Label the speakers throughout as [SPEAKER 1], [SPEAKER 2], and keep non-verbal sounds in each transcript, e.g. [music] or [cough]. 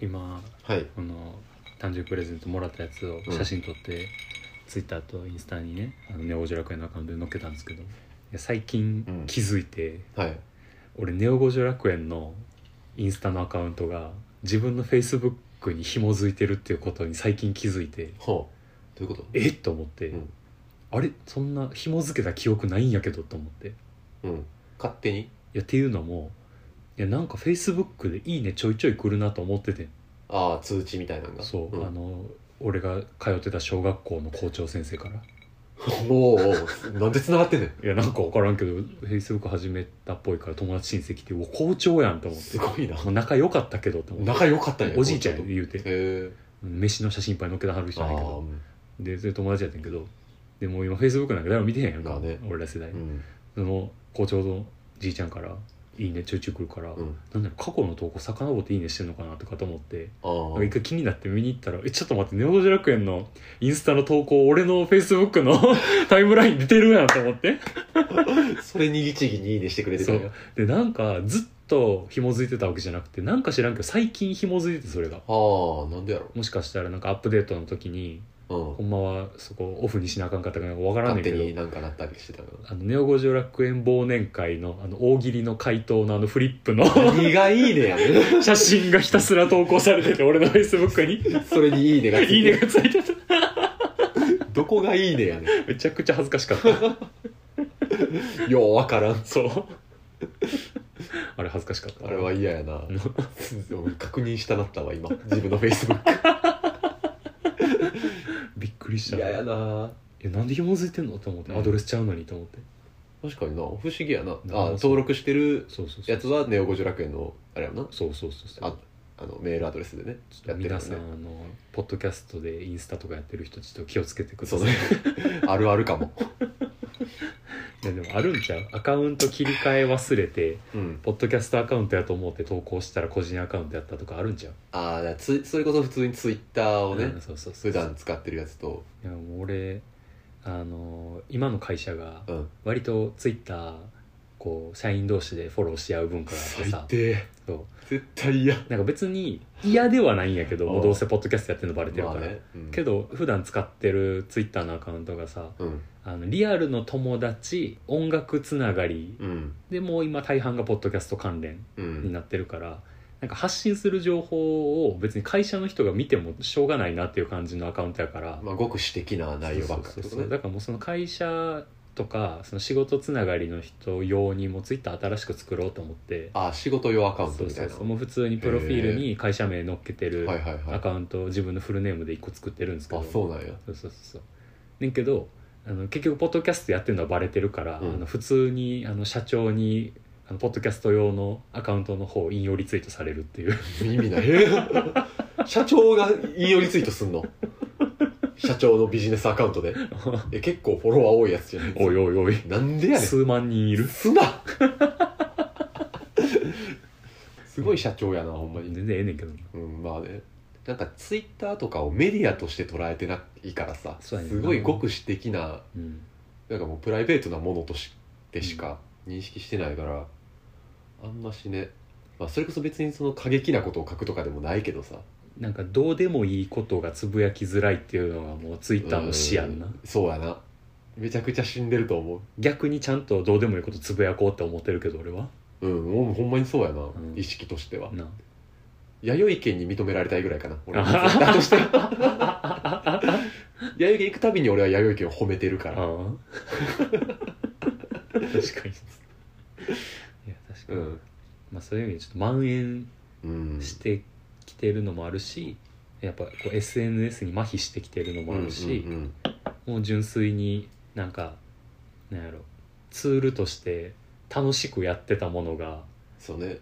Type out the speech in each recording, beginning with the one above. [SPEAKER 1] 今
[SPEAKER 2] はい
[SPEAKER 1] この誕生日プレゼントもらったやつを写真撮って、ツイッターとインスタにねあのネオ五条楽園のアカウントで載っけたんですけどいや最
[SPEAKER 2] う
[SPEAKER 1] 近
[SPEAKER 2] ん
[SPEAKER 1] 気づいて、
[SPEAKER 2] はい
[SPEAKER 1] 俺ネオ五条楽園のインスタのアカウントが自分のフェイスブックに紐づいてるっていうことに最近気づいて
[SPEAKER 2] ほうどういうこと
[SPEAKER 1] えっと思って、
[SPEAKER 2] うん
[SPEAKER 1] あれそんな紐づけた記憶ないんやけどと思ってい
[SPEAKER 2] うん勝手に
[SPEAKER 1] やっていうのもいやなんかフェイスブックで「いいね」ちょいちょい来るなと思ってて
[SPEAKER 2] ああ通知みたいなのが
[SPEAKER 1] そう、
[SPEAKER 2] ん
[SPEAKER 1] あの俺が通ってた小学校の校長先生から
[SPEAKER 2] おうおうなんで繋がってんねん
[SPEAKER 1] いやなんか分からんけどフェイスブック始めたっぽいから友達親戚ってうわ校長やんと思って
[SPEAKER 2] すごいな
[SPEAKER 1] もう仲良かったけどと思って
[SPEAKER 2] 仲良かったんや
[SPEAKER 1] おじいちゃんや
[SPEAKER 2] へ
[SPEAKER 1] 言うて
[SPEAKER 2] え
[SPEAKER 1] 飯の写真いっぱい載っけてはる人
[SPEAKER 2] あ
[SPEAKER 1] や
[SPEAKER 2] あ
[SPEAKER 1] ねんけ
[SPEAKER 2] ー
[SPEAKER 1] ど
[SPEAKER 2] うん
[SPEAKER 1] でそれ友達やってんけどでもう今フェイスブックなんか誰も見てへんやん
[SPEAKER 2] ま
[SPEAKER 1] か、
[SPEAKER 2] あね
[SPEAKER 1] 俺ら世代、
[SPEAKER 2] うん
[SPEAKER 1] その校長のじいちゃんから「いいね」ちょいちょい来るから、
[SPEAKER 2] うん
[SPEAKER 1] なんだろう過去の投稿さかのぼって「いいね」してんのかなとかと思って
[SPEAKER 2] あ
[SPEAKER 1] なんか
[SPEAKER 2] ー
[SPEAKER 1] 一回気になって見に行ったら「えちょっと待ってネオドジ楽園のインスタの投稿俺のフェイスブックの [laughs] タイムライン出てるやん」と思って
[SPEAKER 2] それに律儀にいいねしてくれてた
[SPEAKER 1] そ
[SPEAKER 2] んや
[SPEAKER 1] うでなんかずっと紐づいてたわけじゃなくてなんか知らんけど最近紐づいててそれが
[SPEAKER 2] ああなんでや
[SPEAKER 1] もしかしたらなんかアップデートの時に
[SPEAKER 2] ろう
[SPEAKER 1] ほ
[SPEAKER 2] ん
[SPEAKER 1] んまはそこオフにしなあかんかったかなんかわからんね
[SPEAKER 2] 勝
[SPEAKER 1] んけ
[SPEAKER 2] 手
[SPEAKER 1] ど
[SPEAKER 2] になんかなったりしてたの
[SPEAKER 1] あのネオ五条楽園忘年会のあの大喜利の回答のあのフリップの [laughs]
[SPEAKER 2] 何がいいねやね
[SPEAKER 1] 写真がひたすら投稿されてて俺のフェイスブックに
[SPEAKER 2] それにいいねがつ
[SPEAKER 1] いい
[SPEAKER 2] い
[SPEAKER 1] ね
[SPEAKER 2] て
[SPEAKER 1] がついてた
[SPEAKER 2] どこがいいねやね
[SPEAKER 1] めちゃくちゃ恥ずかしかった
[SPEAKER 2] んようわからん
[SPEAKER 1] そうあれ恥ずかしかった
[SPEAKER 2] あれは嫌
[SPEAKER 1] [laughs]
[SPEAKER 2] やな
[SPEAKER 1] うん
[SPEAKER 2] 俺確認したなったわ今自分のフェイスブッ
[SPEAKER 1] びっくりし
[SPEAKER 2] ク
[SPEAKER 1] た
[SPEAKER 2] 嫌やな
[SPEAKER 1] えなんで紐づいてんのと思って
[SPEAKER 2] うん
[SPEAKER 1] アドレスちゃうのにと思って
[SPEAKER 2] 確かにな不思議やな
[SPEAKER 1] な
[SPEAKER 2] あ登録してる
[SPEAKER 1] そうそうそ
[SPEAKER 2] や
[SPEAKER 1] う
[SPEAKER 2] つはネオ五十楽園のあれやな
[SPEAKER 1] そうそうそうそう
[SPEAKER 2] ああのメールアドレスでね
[SPEAKER 1] ちょっと
[SPEAKER 2] やってるよ
[SPEAKER 1] 皆さんあ
[SPEAKER 2] ね
[SPEAKER 1] のポッドキャストでインスタとかやってる人ちょっと気をつけてくださ
[SPEAKER 2] そ
[SPEAKER 1] いう [laughs]
[SPEAKER 2] ねあるあるかも
[SPEAKER 1] いやでもあるんちゃうアカウント切り替え忘れて
[SPEAKER 2] うん
[SPEAKER 1] ポッドキャストアカウントやと思って投稿したら個人アカウントやったとかあるんじゃん
[SPEAKER 2] ああつそれこそ普通にツイッターをね
[SPEAKER 1] んそうそうそう
[SPEAKER 2] 普段使ってるやつと
[SPEAKER 1] いやもう俺あの今の会社が
[SPEAKER 2] うん
[SPEAKER 1] 割とツイッターこう社員同士でフォローし合う文化があって
[SPEAKER 2] 最
[SPEAKER 1] さ
[SPEAKER 2] 低
[SPEAKER 1] そ
[SPEAKER 2] 絶対嫌
[SPEAKER 1] うなんか別に嫌ではないんやけど
[SPEAKER 2] あー
[SPEAKER 1] もうどうせポッドキャストやってるのバレてるか
[SPEAKER 2] ま
[SPEAKER 1] ら、
[SPEAKER 2] あねうん
[SPEAKER 1] けど普段使ってるツイッターのアカウントがさ
[SPEAKER 2] うん
[SPEAKER 1] あのリアルの友達音楽つながり
[SPEAKER 2] うん
[SPEAKER 1] でもう今大半がポッドキャスト関連
[SPEAKER 2] う
[SPEAKER 1] に
[SPEAKER 2] ん
[SPEAKER 1] なってるからなんか発信する情報を別に会社の人が見てもしょうがないなっていう感じのアカウントやから、
[SPEAKER 2] まあごく私的な内容ばっか
[SPEAKER 1] そう
[SPEAKER 2] り
[SPEAKER 1] そうそうだからもうその会社とかその仕事つながりの人用にもツイッター新しく作ろうと思って
[SPEAKER 2] あ仕事用アカウント
[SPEAKER 1] そう
[SPEAKER 2] みた
[SPEAKER 1] そ
[SPEAKER 2] いうな
[SPEAKER 1] そうもう普通にプロフィールに会社名載っけてる
[SPEAKER 2] はいはい
[SPEAKER 1] ア
[SPEAKER 2] はい
[SPEAKER 1] カウントを自分のフルネームで1個作ってるんですけど
[SPEAKER 2] あそうなんや
[SPEAKER 1] そうそうそうそうねんけどあの結局ポッドキャストやってるのはバレてるから、
[SPEAKER 2] うん
[SPEAKER 1] あの普通にあの社長にあのポッドキャスト用のアカウントの方を引用リツイートされるっていう
[SPEAKER 2] 意味ない社長が引用リツイートすんの社長のビジネスアカウン
[SPEAKER 1] [laughs]
[SPEAKER 2] トでえ結構フォロワー多いやつじゃない
[SPEAKER 1] おいおいおい
[SPEAKER 2] なんでや
[SPEAKER 1] [laughs]
[SPEAKER 2] ねん
[SPEAKER 1] 数万人いる
[SPEAKER 2] すなすごい社長やなほんまに、
[SPEAKER 1] 全然ええねんけどな
[SPEAKER 2] うん、まあねなんかツイッターとかをメディアとして捉えてないからさ、
[SPEAKER 1] そうやねんな
[SPEAKER 2] すごいごく私的な
[SPEAKER 1] うん
[SPEAKER 2] なんかもうプライベートなものとしてしか認識してないから、あんましね、まあ、それこそ別にその過激なことを書くとかでもないけどさ
[SPEAKER 1] なんかどうでもいいことがつぶやきづらいっていうのがもうツイッターの視やんな
[SPEAKER 2] うそうやなめちゃくちゃ死んでると思
[SPEAKER 1] 逆にちゃんとどうでもいいことつぶやこうって思ってるけど俺は
[SPEAKER 2] ううんもうほんまにそうやな、
[SPEAKER 1] ん
[SPEAKER 2] 意識としては
[SPEAKER 1] な
[SPEAKER 2] 弥生県に認められたいぐらいかな俺 [laughs] のツイッターとしては弥生県行くたびに俺は弥生県を褒めてるか
[SPEAKER 1] あ
[SPEAKER 2] ら、
[SPEAKER 1] あ確かにいや確か
[SPEAKER 2] う
[SPEAKER 1] に、
[SPEAKER 2] ん
[SPEAKER 1] まあ、そういう意味でちょっと蔓延
[SPEAKER 2] うん、
[SPEAKER 1] してきてるのもあるしやっぱこう SNS に麻痺してきてるのもあるし、
[SPEAKER 2] うんうんうん
[SPEAKER 1] もう純粋になんかなんやろツールとして楽しくやってたものが
[SPEAKER 2] そうね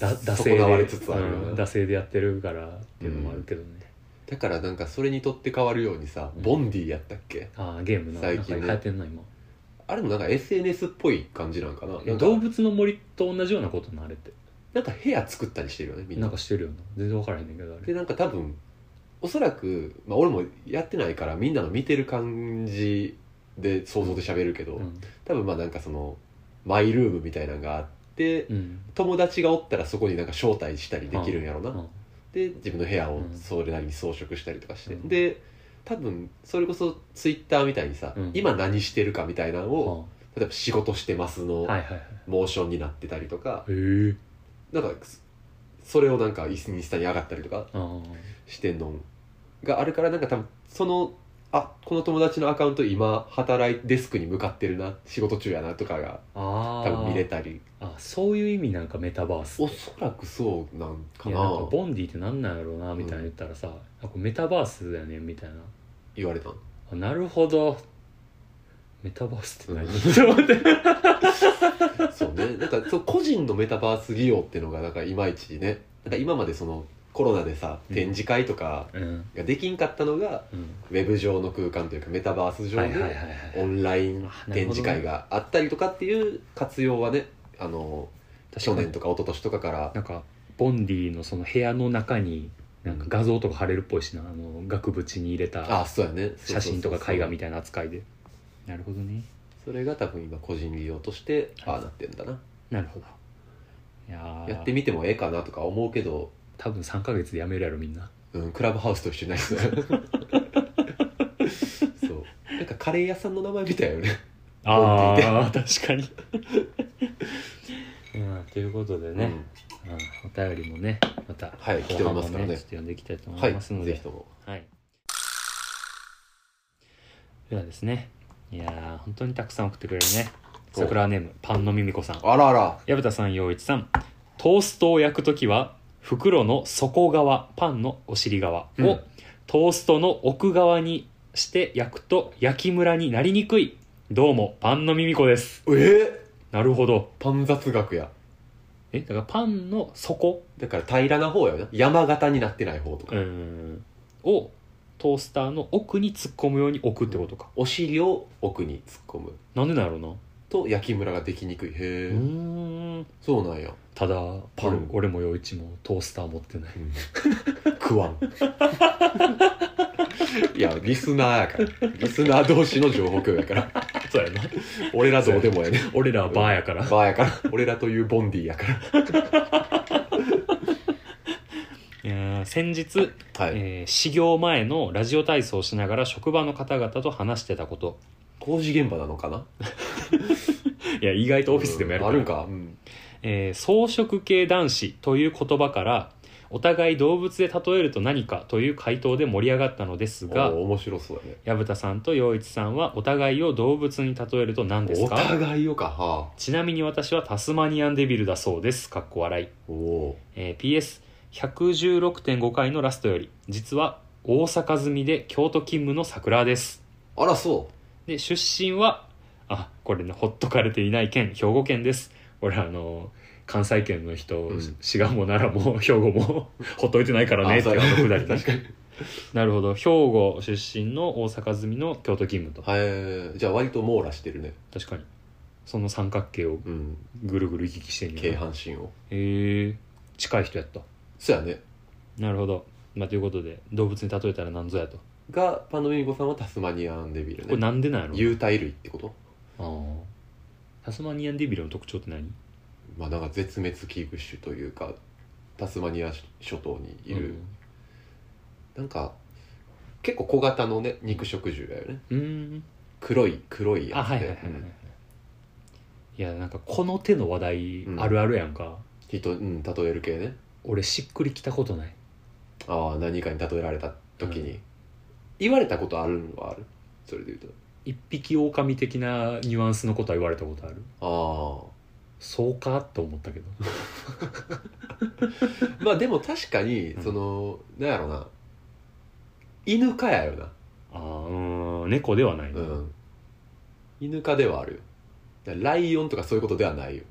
[SPEAKER 1] だ惰性
[SPEAKER 2] 損
[SPEAKER 1] で
[SPEAKER 2] なわれつつあるよ
[SPEAKER 1] うん
[SPEAKER 2] な
[SPEAKER 1] 惰性でやってるからっていうのもあるけどね、
[SPEAKER 2] だからなんかそれにとって変わるようにさボンディやったっけ
[SPEAKER 1] ああゲームな
[SPEAKER 2] 最近ね
[SPEAKER 1] なんか流行ってんな今
[SPEAKER 2] あれもなんか SNS っぽい感じなんかななん
[SPEAKER 1] いや
[SPEAKER 2] か
[SPEAKER 1] 動物の森と同じようなことなあれって
[SPEAKER 2] なんか部屋作ったりしてるよねみんな
[SPEAKER 1] なんかしてるよな全然分からへんねんけどあれ
[SPEAKER 2] でなんか多分おそらく、まあ、俺もやってないからみんなの見てる感じで想像で喋るけど、
[SPEAKER 1] うん、
[SPEAKER 2] 多分まあなんかそのマイルームみたいなのがあって、
[SPEAKER 1] うん
[SPEAKER 2] 友達がおったらそこになんか招待したりできるんやろな、
[SPEAKER 1] うん
[SPEAKER 2] で自分の部屋を
[SPEAKER 1] うん
[SPEAKER 2] それなりに装飾したりとかして、
[SPEAKER 1] うん
[SPEAKER 2] で多分それこそツイッターみたいにさ、
[SPEAKER 1] うん
[SPEAKER 2] 今何してるかみたいなのを、
[SPEAKER 1] は
[SPEAKER 2] 例えば「仕事してます」の
[SPEAKER 1] いはいはいへ
[SPEAKER 2] モーションになってたりとか、
[SPEAKER 1] え
[SPEAKER 2] なんかそそれをなんかインスタに上がったりとか
[SPEAKER 1] あー
[SPEAKER 2] してんのがあるからなんか多分そのあこの友達のアカウント今働いデスクに向かってるな仕事中やなとかが
[SPEAKER 1] あ
[SPEAKER 2] 多
[SPEAKER 1] ー
[SPEAKER 2] 分見れたり
[SPEAKER 1] あそういう意味なんかメタバース
[SPEAKER 2] おそらくそうなんか
[SPEAKER 1] いや
[SPEAKER 2] な
[SPEAKER 1] なんかボンディってなんなんやろうなみたいな言ったらさ、なんかメタバースだよねみたいな
[SPEAKER 2] 言われたん
[SPEAKER 1] あなるほどメタバースって何、
[SPEAKER 2] う
[SPEAKER 1] ちょっと待って
[SPEAKER 2] そうねなんかそう個人のメタバース利用っていうのがなんかいまいちねなんか今までそのコロナでさ
[SPEAKER 1] うん
[SPEAKER 2] 展示会とか
[SPEAKER 1] うん
[SPEAKER 2] ができんかったのが、
[SPEAKER 1] うん
[SPEAKER 2] ウェブ上の空間というかメタバース上
[SPEAKER 1] はいはいはい
[SPEAKER 2] で
[SPEAKER 1] はい
[SPEAKER 2] オンライン展示会があったりとかっていう活用はねあの去
[SPEAKER 1] 確か
[SPEAKER 2] 年
[SPEAKER 1] に
[SPEAKER 2] とか一昨年とかから
[SPEAKER 1] なんかボンディのその部屋の中になんか画像とか貼れるっぽいしなあの額縁に入れた
[SPEAKER 2] あそうやね
[SPEAKER 1] 写真とか絵画み
[SPEAKER 2] た
[SPEAKER 1] た
[SPEAKER 2] い
[SPEAKER 1] いな扱いでなるほどね
[SPEAKER 2] それが多分今個人利用として
[SPEAKER 1] はい
[SPEAKER 2] ああなってんだな
[SPEAKER 1] なるほどいやー
[SPEAKER 2] やってみてもええかなとか思うけど、
[SPEAKER 1] 多分3ヶ月でやめるやろみんな
[SPEAKER 2] うん、クラブハウスと一緒になりそう
[SPEAKER 1] [laughs]
[SPEAKER 2] そうなんかカレー屋さんの名前みたいよね
[SPEAKER 1] ああ確かに [laughs] うんということでね、
[SPEAKER 2] うん
[SPEAKER 1] うんお便りもねまた
[SPEAKER 2] はい来ておりますから
[SPEAKER 1] 後半も
[SPEAKER 2] ね
[SPEAKER 1] ちょっと読んでいきたいと思
[SPEAKER 2] はいい
[SPEAKER 1] ますので、
[SPEAKER 2] ぜひとも
[SPEAKER 1] はい。ではですね、いやー本当にたくさん送ってくれるね。
[SPEAKER 2] お
[SPEAKER 1] 桜ネーム、パンのミミコさん。
[SPEAKER 2] あらあら
[SPEAKER 1] 矢田さん、陽一さん。トーストを焼くときは、袋の底側、パンのお尻側を、
[SPEAKER 2] うん
[SPEAKER 1] トーストの奥側にして焼くと焼きムラになりにくい。どうも、パンのミミコです。
[SPEAKER 2] えー、
[SPEAKER 1] なるほど。
[SPEAKER 2] パン雑学や
[SPEAKER 1] え、だからパンの底
[SPEAKER 2] だから平らな方やな山形になってない方とか、
[SPEAKER 1] うんをトースターの奥に突っ込むように置くってことか。
[SPEAKER 2] お尻を奥に突っ込む
[SPEAKER 1] なんでなんやろうな。
[SPEAKER 2] と焼きムラができにくいへえ、
[SPEAKER 1] うーん
[SPEAKER 2] そうなんや、
[SPEAKER 1] ただパン、
[SPEAKER 2] うん
[SPEAKER 1] 俺も陽一もトースター持ってない
[SPEAKER 2] うん、食わんいやリスナーやからリスナー同士の情報共有やから
[SPEAKER 1] そうやな
[SPEAKER 2] 俺らどうでもやね
[SPEAKER 1] 俺らはバーやから、
[SPEAKER 2] バーやから俺らというボンディやから
[SPEAKER 1] いやー先日、
[SPEAKER 2] はい、
[SPEAKER 1] えー始業前のラジオ体操をしながら職場の方々と話してたこと
[SPEAKER 2] 工事現場なのかない
[SPEAKER 1] や意外とオフィスでもやる
[SPEAKER 2] か
[SPEAKER 1] からら、
[SPEAKER 2] あるんか、うん
[SPEAKER 1] えー草食系男子という言葉からお互い動物で例えると何かという回答で盛り上がったのですが
[SPEAKER 2] お面白そうだね
[SPEAKER 1] 薮田さんと陽一さんはお互いを動物に例えると何です
[SPEAKER 2] お
[SPEAKER 1] か
[SPEAKER 2] 互いよかは
[SPEAKER 1] ちなみに私はタスマニアンデビルだそうですかっこ笑い
[SPEAKER 2] あおお
[SPEAKER 1] えー PS116.5 回のラストより実は大阪住みで京都勤務の桜です
[SPEAKER 2] あらそ
[SPEAKER 1] で出身はあこれねほっとかれていない県兵庫県ですこれあの関西圏の人、
[SPEAKER 2] うん
[SPEAKER 1] し滋賀も奈良も [laughs] 兵庫もほっといてないからね
[SPEAKER 2] あ
[SPEAKER 1] って
[SPEAKER 2] そ
[SPEAKER 1] あ
[SPEAKER 2] う
[SPEAKER 1] の
[SPEAKER 2] や
[SPEAKER 1] くだりね
[SPEAKER 2] 確かに
[SPEAKER 1] なるほど兵庫出身の大阪住みの京都勤務と
[SPEAKER 2] うはいじゃあ割と網羅してるね
[SPEAKER 1] 確かにその三角形を
[SPEAKER 2] うん
[SPEAKER 1] ぐるぐる行き来してん
[SPEAKER 2] 軽
[SPEAKER 1] ねやな
[SPEAKER 2] 半身を
[SPEAKER 1] へえ近い人やった
[SPEAKER 2] そうやね
[SPEAKER 1] なるほど、まあ、ということで動物に例えたら何ぞやと
[SPEAKER 2] がパンドミニコさんはタスマニアンデビル
[SPEAKER 1] これ
[SPEAKER 2] ね
[SPEAKER 1] なんでなんやろ
[SPEAKER 2] 有袋類ってこと
[SPEAKER 1] あータスマニアンデビルの特徴って何
[SPEAKER 2] まあなんか絶滅危惧種というかタスマニア諸島にいる、なんか結構小型のね肉食獣だよね
[SPEAKER 1] うんうん
[SPEAKER 2] 黒い黒い
[SPEAKER 1] あ
[SPEAKER 2] やつ
[SPEAKER 1] は
[SPEAKER 2] で
[SPEAKER 1] いはいはいはい、
[SPEAKER 2] うん
[SPEAKER 1] いやなんかこの手の話題
[SPEAKER 2] うん
[SPEAKER 1] あるあるやんか、
[SPEAKER 2] 人うん例える系ね
[SPEAKER 1] 俺しっくりきたことない
[SPEAKER 2] ああ何かに例えられた時に、
[SPEAKER 1] う
[SPEAKER 2] 言われたことあるのはあるそれで言う
[SPEAKER 1] 一匹狼的なニュアンスのことは言われたことある
[SPEAKER 2] と
[SPEAKER 1] そうかと思ったけど
[SPEAKER 2] ああまあでも確かに
[SPEAKER 1] うん
[SPEAKER 2] その、なんやろな犬科やよな
[SPEAKER 1] あーうーん猫ではないな、
[SPEAKER 2] うん犬科ではあるよだからライオンとかそういうことではないよ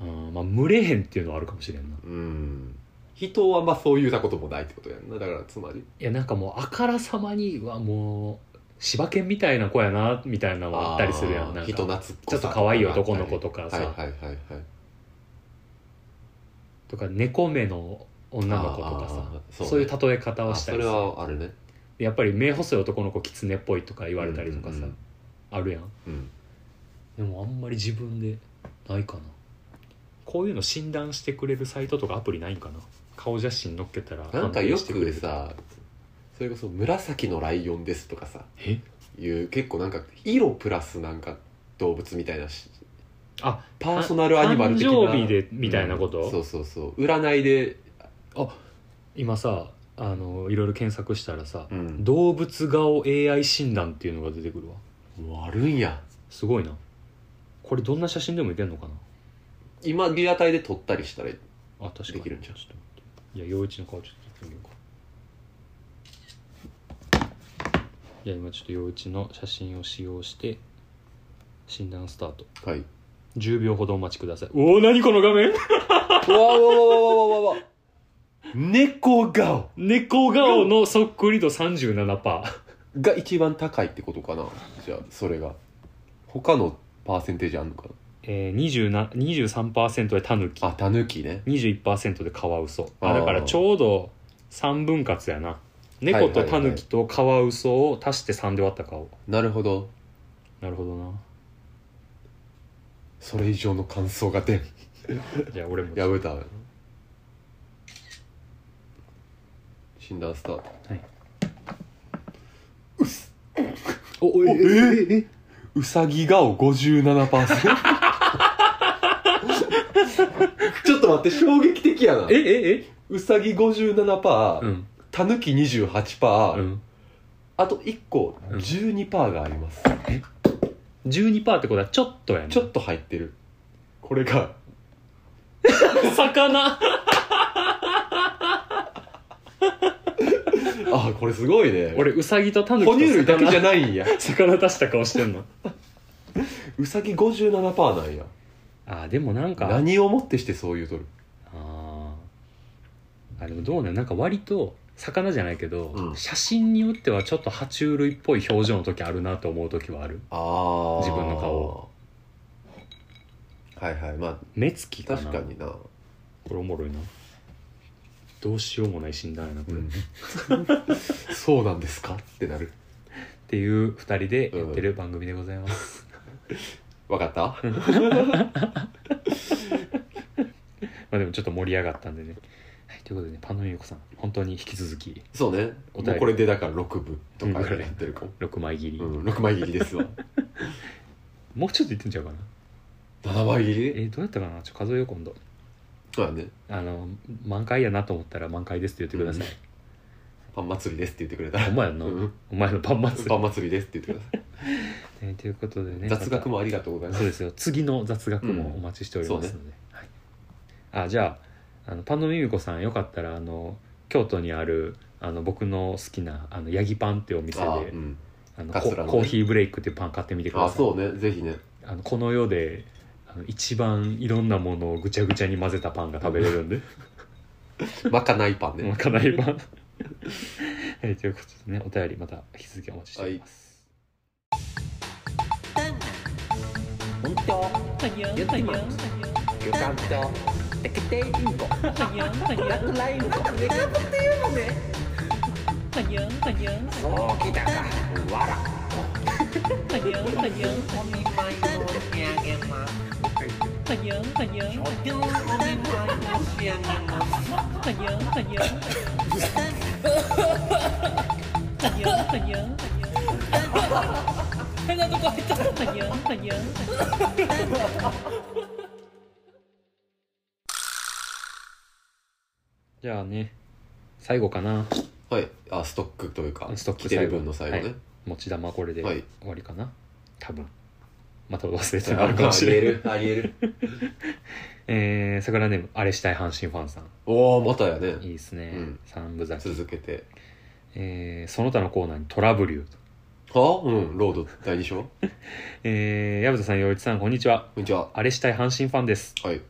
[SPEAKER 1] あーまあ群れへんっていうのはあるかもしれんな
[SPEAKER 2] うん人はまあそう言うたこともないってことやんなだからつまり
[SPEAKER 1] いやなんかもうあからさまにはもう柴犬みたいな子やなみたいなのはあったりするやん
[SPEAKER 2] あ
[SPEAKER 1] な
[SPEAKER 2] ー
[SPEAKER 1] んか
[SPEAKER 2] 人懐っこ
[SPEAKER 1] ちょ
[SPEAKER 2] さ
[SPEAKER 1] っと可愛い男の子とかさ、
[SPEAKER 2] はいはいはいはい
[SPEAKER 1] とか猫目の女の子とか
[SPEAKER 2] あ
[SPEAKER 1] さ
[SPEAKER 2] ー
[SPEAKER 1] そう,、
[SPEAKER 2] ね
[SPEAKER 1] いう例え方を
[SPEAKER 2] あ
[SPEAKER 1] した
[SPEAKER 2] そ
[SPEAKER 1] り
[SPEAKER 2] れ
[SPEAKER 1] さ
[SPEAKER 2] はあるね
[SPEAKER 1] やっぱり目細い男の子狐っぽいとか言われたりとかさ、
[SPEAKER 2] うんうん
[SPEAKER 1] あるやん
[SPEAKER 2] うん
[SPEAKER 1] でもあんまり自分でないかなこういうの診断してくれるサイトとかアプリないんかな顔写真載っけたら
[SPEAKER 2] なんか
[SPEAKER 1] 判定
[SPEAKER 2] よ
[SPEAKER 1] してくれ
[SPEAKER 2] く
[SPEAKER 1] る
[SPEAKER 2] さそれこそ「紫のライオンです」とかさ
[SPEAKER 1] え
[SPEAKER 2] いう結構なんか色プラスなんか動物みたいなし
[SPEAKER 1] あ
[SPEAKER 2] パーソナルアニマル的な
[SPEAKER 1] 誕生日でみたいなこと、
[SPEAKER 2] うんそうそうそう占いで、
[SPEAKER 1] 今さあのいろいろ検索したらさ、
[SPEAKER 2] うん、
[SPEAKER 1] 動物顔 AI 診断っていうのが出てくるわ
[SPEAKER 2] もうあるんや
[SPEAKER 1] すごいなこれどんな写真でもいけんのか
[SPEAKER 2] 今リアタイで撮ったりしたら
[SPEAKER 1] なあ確かに
[SPEAKER 2] できるんじゃん
[SPEAKER 1] ちょっと待っていや陽一の顔ちょっと見てみようかいや今ちょっと陽一の写真を使用して診断スタート
[SPEAKER 2] はいう
[SPEAKER 1] 10秒ほどお待ちくださいおお何この画面
[SPEAKER 2] わわわわわわわわ猫顔
[SPEAKER 1] 猫顔のそっくり度37%
[SPEAKER 2] が一番高いってことかなじゃあそれが他のパーセンテージあんのか
[SPEAKER 1] えー、27 23%でタヌキ
[SPEAKER 2] なあたぬきね
[SPEAKER 1] 21%でカワウソあ
[SPEAKER 2] あー
[SPEAKER 1] だからちょうど3分割やな猫とタヌキとカワウソを足して3で割った顔
[SPEAKER 2] なるほど
[SPEAKER 1] なるほどな
[SPEAKER 2] それ以上の感想が出ん
[SPEAKER 1] じゃあ俺も
[SPEAKER 2] やぶた診断スタート
[SPEAKER 1] はい、
[SPEAKER 2] うっす
[SPEAKER 1] おお
[SPEAKER 2] お
[SPEAKER 1] え
[SPEAKER 2] え
[SPEAKER 1] え
[SPEAKER 2] ええうさぎ顔57%ちょっと待って衝撃的やな
[SPEAKER 1] えええ
[SPEAKER 2] うさぎ57%、
[SPEAKER 1] うん
[SPEAKER 2] たぬき28%、
[SPEAKER 1] うん
[SPEAKER 2] あと1個
[SPEAKER 1] うん
[SPEAKER 2] 12%があります、
[SPEAKER 1] 12%ってことはちょっとやね
[SPEAKER 2] ちょっと入ってるこれが [laughs]
[SPEAKER 1] と魚
[SPEAKER 2] あこれすごいね
[SPEAKER 1] 俺ウサギとタヌキ
[SPEAKER 2] 哺乳類
[SPEAKER 1] と
[SPEAKER 2] だけじゃ
[SPEAKER 1] 魚
[SPEAKER 2] ないんや
[SPEAKER 1] 魚足した顔してんの
[SPEAKER 2] うさぎ57%なんや
[SPEAKER 1] あーでもなんか
[SPEAKER 2] 何をもってしてそういうとる
[SPEAKER 1] あーあでもどうねなんか割と魚じゃないけど、
[SPEAKER 2] うん
[SPEAKER 1] 写真によってはちょっと爬虫類っぽい表情の時あるなと思う時はある
[SPEAKER 2] あー
[SPEAKER 1] 自分の顔を
[SPEAKER 2] はいはいま
[SPEAKER 1] 目つき
[SPEAKER 2] あ
[SPEAKER 1] かな
[SPEAKER 2] 確かにな、
[SPEAKER 1] これおもろいなどうしようもない診断やなこれ、っ
[SPEAKER 2] [laughs] そうなんですかってなる
[SPEAKER 1] ていう2人でやってる番組でございます、
[SPEAKER 2] わかった
[SPEAKER 1] まあでもちょっと盛り上がったんでねはいということでねパノユコさん本当に引き続き
[SPEAKER 2] そうね
[SPEAKER 1] お
[SPEAKER 2] も
[SPEAKER 1] 便り
[SPEAKER 2] うこれでだから6部とか
[SPEAKER 1] うん
[SPEAKER 2] やってるかも、
[SPEAKER 1] 6枚切り、
[SPEAKER 2] うん、6枚切りですわ
[SPEAKER 1] もうちょっといってんちゃうかな
[SPEAKER 2] 7枚切
[SPEAKER 1] え
[SPEAKER 2] り
[SPEAKER 1] ーどうやったかなちょっと数えよう今度
[SPEAKER 2] そうだね
[SPEAKER 1] あの満開やなと思ったら満開ですって言ってください、
[SPEAKER 2] パン祭りですって言ってくれた
[SPEAKER 1] [laughs]
[SPEAKER 2] ら
[SPEAKER 1] お前やんな、
[SPEAKER 2] うん
[SPEAKER 1] お前のパン祭り
[SPEAKER 2] パン祭りですって言ってくだ
[SPEAKER 1] えーということで
[SPEAKER 2] さ
[SPEAKER 1] ね
[SPEAKER 2] い雑学
[SPEAKER 1] も
[SPEAKER 2] もありがとうございま
[SPEAKER 1] そう
[SPEAKER 2] す
[SPEAKER 1] ですよ次の雑学もお待ちしておりますので、はい、あじゃああのパンのミミコさんよかったらあの京都にあるあの僕の好きなあのヤギパンっていうお店で
[SPEAKER 2] あ
[SPEAKER 1] あ、
[SPEAKER 2] ーうん、
[SPEAKER 1] の
[SPEAKER 2] カ
[SPEAKER 1] コ
[SPEAKER 2] ステラのね
[SPEAKER 1] コーヒーブレイクっていうパン買ってみてくだ
[SPEAKER 2] あ
[SPEAKER 1] さい
[SPEAKER 2] そうねぜひね
[SPEAKER 1] あのこの世であの一番いろんなものをぐちゃぐちゃに混ぜたパンが食べれるんで
[SPEAKER 2] まかないパンね
[SPEAKER 1] まかないパン [laughs] はいということでねお便りまた引き続きお待ちしております、
[SPEAKER 3] 本当ゆたまゆかんとテケテイリンゴブラックラインゴネガブっていうのねそうきたかわらお見舞い申し上げますお見舞い申し上げます
[SPEAKER 1] じゃあね最後かな
[SPEAKER 2] はいあストックというか
[SPEAKER 1] ストック
[SPEAKER 2] 来てる分の最後
[SPEAKER 1] は
[SPEAKER 2] ね
[SPEAKER 1] い、持ち玉これで
[SPEAKER 2] は
[SPEAKER 1] 終
[SPEAKER 2] い
[SPEAKER 1] わりかな、多分また忘れて
[SPEAKER 2] あ
[SPEAKER 1] るあるかもしれない
[SPEAKER 2] ありえるありえる
[SPEAKER 1] [laughs] えー、桜ネームあれしたい阪神ファンさん
[SPEAKER 2] [laughs] おおまたやね
[SPEAKER 1] いいですね、
[SPEAKER 2] うん
[SPEAKER 1] 三部咲き、
[SPEAKER 2] 続けて
[SPEAKER 1] えーその他のコーナーにトラブル
[SPEAKER 2] はうんロード第2章こ
[SPEAKER 1] えー、矢部さん陽一さんこんにちは
[SPEAKER 2] んにちは
[SPEAKER 1] あれしたい阪神ファンです、
[SPEAKER 2] はい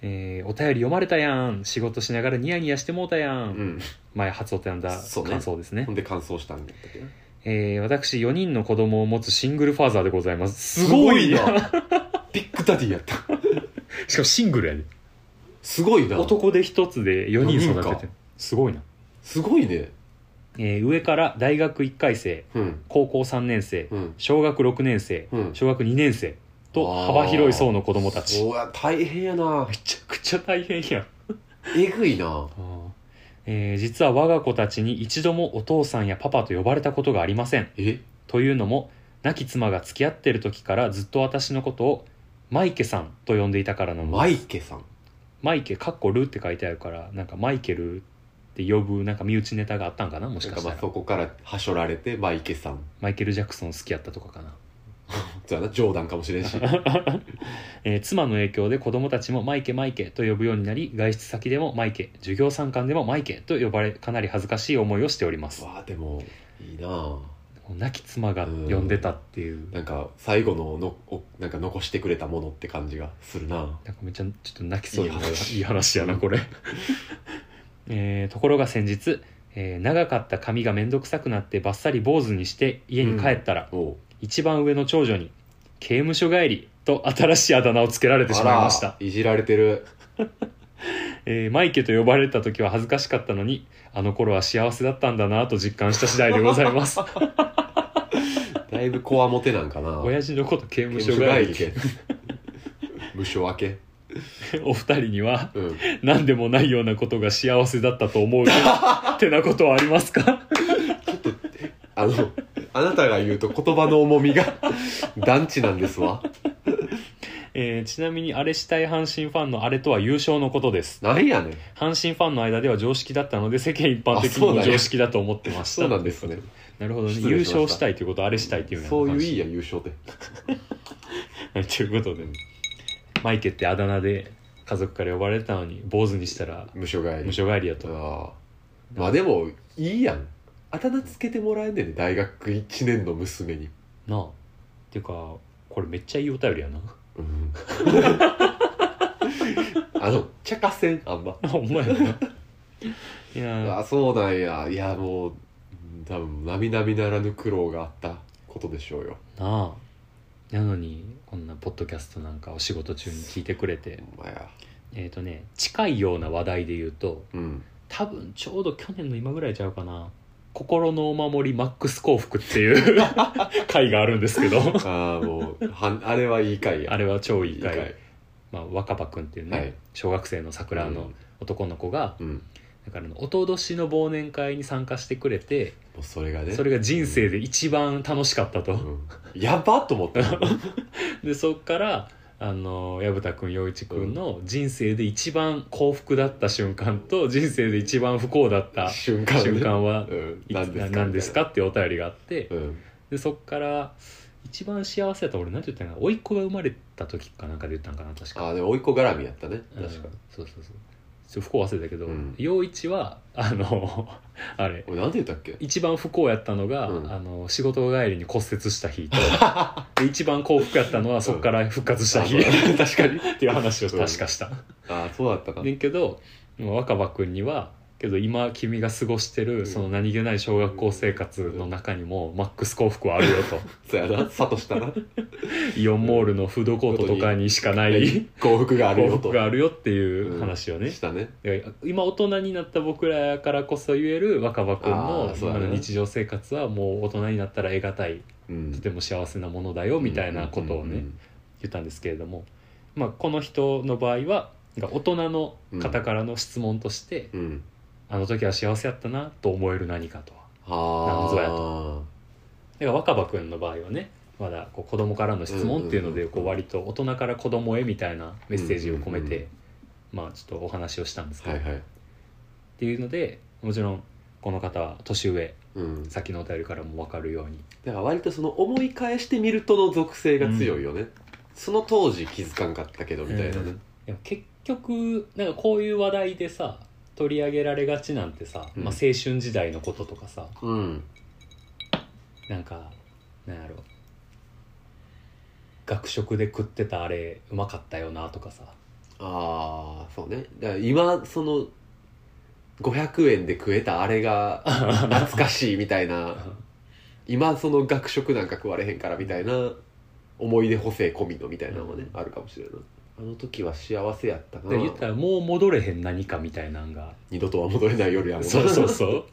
[SPEAKER 1] えーお便り読まれたやん仕事しながらニヤニヤしてもうたやん、
[SPEAKER 2] うん
[SPEAKER 1] 前初お手んだ
[SPEAKER 2] そうね
[SPEAKER 1] 感想ですね
[SPEAKER 2] ほんで乾燥したんだったっけど
[SPEAKER 1] えー私4人の子供を持つシングルファーザーでございます
[SPEAKER 2] すごいビッグダディやった
[SPEAKER 1] しかもシングルやです
[SPEAKER 2] ごいな
[SPEAKER 1] 男で一つで4人育
[SPEAKER 2] 四
[SPEAKER 1] て
[SPEAKER 2] 人
[SPEAKER 1] て
[SPEAKER 2] か
[SPEAKER 1] すごいな、
[SPEAKER 2] すごいね
[SPEAKER 1] えー上から大学1回生
[SPEAKER 2] うん
[SPEAKER 1] 高校3年生
[SPEAKER 2] うん
[SPEAKER 1] 小学6年生
[SPEAKER 2] うん
[SPEAKER 1] 小学2年生と
[SPEAKER 2] あー
[SPEAKER 1] 幅広い層の子供たち
[SPEAKER 2] そうや大変やな
[SPEAKER 1] めちゃくちゃ大変やん
[SPEAKER 2] えぐいな
[SPEAKER 1] あーえー実は我が子たちに一度もお父さんやパパと呼ばれたことがありません
[SPEAKER 2] え
[SPEAKER 1] というのも亡き妻が付き合ってる時からずっと私のことをマイケさんと呼んでいたからなのです
[SPEAKER 2] マイケさん
[SPEAKER 1] マイケかっこルって書いてあるからなんかマイケルって呼ぶなんか身内ネタがあったんかなもし
[SPEAKER 2] なん
[SPEAKER 1] か
[SPEAKER 2] か
[SPEAKER 1] した
[SPEAKER 2] まあ
[SPEAKER 1] ら
[SPEAKER 2] そこからはしょられてマイケさん
[SPEAKER 1] マイケル・ジャクソン好きやったとかかな、 [laughs]
[SPEAKER 2] じゃな冗談かもしれんし
[SPEAKER 1] えー妻の影響で子供たちもマイケマイケと呼ぶようになり外出先でもマイケ授業参観でもマイケと呼ばれかなり恥ずかしい思いをしております
[SPEAKER 2] わあでもいいなあ
[SPEAKER 1] 亡き妻が呼んでたっていう
[SPEAKER 2] なんか最後ののおなんか残してくれたものって感じがするな
[SPEAKER 1] なんかめっちゃちょっと泣きそう
[SPEAKER 2] いい話
[SPEAKER 1] いい話やなこれ、 [laughs] えーところが先日、えー長かった髪が面倒くさくなってバッサリ坊主にして家に帰ったら、
[SPEAKER 2] おう
[SPEAKER 1] 一番上の長女に「刑務所帰り」と新しいあだ名をつけられてしまいまし
[SPEAKER 2] あ
[SPEAKER 1] た、
[SPEAKER 2] らいじられてる
[SPEAKER 1] えーマイケと呼ばれた時は恥ずかしかったのにあの頃は幸せだったんだなと実感した次第でございます
[SPEAKER 2] [laughs] だいぶこわもてなんかな
[SPEAKER 1] 親父のこと刑務
[SPEAKER 2] 刑
[SPEAKER 1] 所
[SPEAKER 2] 務所帰
[SPEAKER 1] 帰
[SPEAKER 2] り
[SPEAKER 1] り
[SPEAKER 2] で無償明け
[SPEAKER 1] お二人には
[SPEAKER 2] うん
[SPEAKER 1] 何でもないようなことが幸せだったと思う
[SPEAKER 2] [laughs]
[SPEAKER 1] ってなことはありますか [laughs]
[SPEAKER 2] あのあなたが言うと言葉の重
[SPEAKER 1] [laughs]
[SPEAKER 2] みが団地なんですわ
[SPEAKER 1] えーちなみにあれしたい阪神ファンのあれとは優勝のことです
[SPEAKER 2] なんやねん
[SPEAKER 1] 阪神ファンの間では常識だったので世間一般的
[SPEAKER 2] あそう
[SPEAKER 1] に
[SPEAKER 2] な
[SPEAKER 1] も
[SPEAKER 2] んや
[SPEAKER 1] 常識だと思ってました
[SPEAKER 2] そうなんですね
[SPEAKER 1] なるほどね
[SPEAKER 2] 失
[SPEAKER 1] 優
[SPEAKER 2] 礼しました
[SPEAKER 1] 勝したいということあれしたいっていうの
[SPEAKER 2] そういういい
[SPEAKER 1] や
[SPEAKER 2] や優勝で
[SPEAKER 1] はいということでマイケってあだ名で家族から呼ばれてたのに坊主にしたら
[SPEAKER 2] 無償帰り
[SPEAKER 1] 無償帰りやと
[SPEAKER 2] ああまあでもいいやんあだ名つけてもらえんねんね大学1年の娘に、
[SPEAKER 1] なあっていうかこれめっちゃいいお便りやな [laughs]
[SPEAKER 2] うん、あの茶化せんあんま
[SPEAKER 1] ほんま
[SPEAKER 2] [laughs]
[SPEAKER 1] やないや
[SPEAKER 2] あそうなんやいやもう多分並々ならぬ苦労があったことでしょうよ
[SPEAKER 1] ーなあなのにこんなポッドキャストなんかお仕事中に聞いてくれて
[SPEAKER 2] ほんまや
[SPEAKER 1] えっ、とね近いような話題で言うと
[SPEAKER 2] うん
[SPEAKER 1] 多分ちょうど去年の今ぐらいちゃうかな「心のお守りマックス幸福」っていう
[SPEAKER 2] [laughs]
[SPEAKER 1] 回があるんですけど
[SPEAKER 2] ああもうはあれはいい回や
[SPEAKER 1] あれは超
[SPEAKER 2] い
[SPEAKER 1] いい
[SPEAKER 2] い
[SPEAKER 1] 回
[SPEAKER 2] 回
[SPEAKER 1] まあ、若葉くんっていうね、
[SPEAKER 2] はい
[SPEAKER 1] 小学生の桜の男の子が、
[SPEAKER 2] うん、うんも
[SPEAKER 1] だからあのおとどしの忘年会に参加してくれて
[SPEAKER 2] うそれがね
[SPEAKER 1] それが人生で一番楽しかったと、
[SPEAKER 2] うんやばっと思
[SPEAKER 1] [laughs]
[SPEAKER 2] った
[SPEAKER 1] でそっからあの薮田君陽一君の人生で一番幸福だった瞬間と人生で一番不幸だった
[SPEAKER 2] 瞬間ね
[SPEAKER 1] 瞬間は
[SPEAKER 2] うん
[SPEAKER 1] い
[SPEAKER 2] 何ですか
[SPEAKER 1] 何ですかっていうお便りがあって、
[SPEAKER 2] うん
[SPEAKER 1] でそっから一番幸せだった俺何て言ったんや甥っ子が生まれた時かなんかで言ったんかな確
[SPEAKER 2] あ
[SPEAKER 1] か
[SPEAKER 2] あでも甥っ子絡みやったね
[SPEAKER 1] うん
[SPEAKER 2] 確か
[SPEAKER 1] そうそうそうちょっと不幸忘れたけど、
[SPEAKER 2] うん
[SPEAKER 1] 陽一はあの [laughs] あれ
[SPEAKER 2] 俺なんて言ったっけ
[SPEAKER 1] 一番不幸やったのが、
[SPEAKER 2] うん
[SPEAKER 1] あの仕事帰りに骨折した日とで一番幸福やったのはそっから復活した日、
[SPEAKER 2] うん [laughs]
[SPEAKER 1] 確かにっていう話を確かした、
[SPEAKER 2] ああそうだったか
[SPEAKER 1] ねんけど若葉君にはけど今君が過ごして
[SPEAKER 2] う
[SPEAKER 1] る
[SPEAKER 2] ん
[SPEAKER 1] その何気ない小学校生活の中にもマックス幸福はあるよと
[SPEAKER 2] そうやなさとしたら
[SPEAKER 1] イオンモールのフードコートとかにしかない
[SPEAKER 2] 幸福がある
[SPEAKER 1] 幸
[SPEAKER 2] よと
[SPEAKER 1] 福があるよっていう話をね、
[SPEAKER 2] したね
[SPEAKER 1] だから今大人になった僕らやからこそ言える若葉君
[SPEAKER 2] あ
[SPEAKER 1] の
[SPEAKER 2] ーそう
[SPEAKER 1] 今
[SPEAKER 2] だね
[SPEAKER 1] の日常生活はもう大人になったら得難い
[SPEAKER 2] うん
[SPEAKER 1] とても幸せなものだよみたいなことをね言ったんですけれども、まあ、この人の場合はなんか大人の方からの質問として、
[SPEAKER 2] うんうんうん
[SPEAKER 1] あの時は幸せやったなと思える何かとはな
[SPEAKER 2] は
[SPEAKER 1] んぞや
[SPEAKER 2] あ
[SPEAKER 1] だから若葉君の場合はねまだこう子供からの質問っていうの
[SPEAKER 2] うんうんう
[SPEAKER 1] で
[SPEAKER 2] ん
[SPEAKER 1] こう割と大人から子供へみたいなメッセージを込め
[SPEAKER 2] うんうんうん
[SPEAKER 1] てまあちょっとお話をしたんですけ
[SPEAKER 2] は
[SPEAKER 1] ど
[SPEAKER 2] い
[SPEAKER 1] っ
[SPEAKER 2] はい
[SPEAKER 1] ていうのでもちろんこの方は年上
[SPEAKER 2] うん
[SPEAKER 1] さっきのお便りからも分かるように
[SPEAKER 2] だから割とその思い返してみるとの属性が強いよね、その当時気づかんかったけどみたいなね、
[SPEAKER 1] でも結局なんかこういう話題でさ取り上げられがちなんてさ、
[SPEAKER 2] うん
[SPEAKER 1] まあ、青春時代のこととかさ
[SPEAKER 2] うん
[SPEAKER 1] なんかなんやろ学食で食ってたあれうまかったよなとかさ
[SPEAKER 2] ああそうねだから今その500円で食えたあれ
[SPEAKER 1] [laughs]
[SPEAKER 2] が懐かしいみたいな今その学食なんか食われへんからみたいな思い出補正込みのみたいなのもね、あるかもしれないあの時は幸せやったな
[SPEAKER 1] で言ったらもう戻れへん何かみたいなんが
[SPEAKER 2] 二度とは戻れない夜やもん
[SPEAKER 1] [laughs]
[SPEAKER 2] な
[SPEAKER 1] そうそう [laughs] そう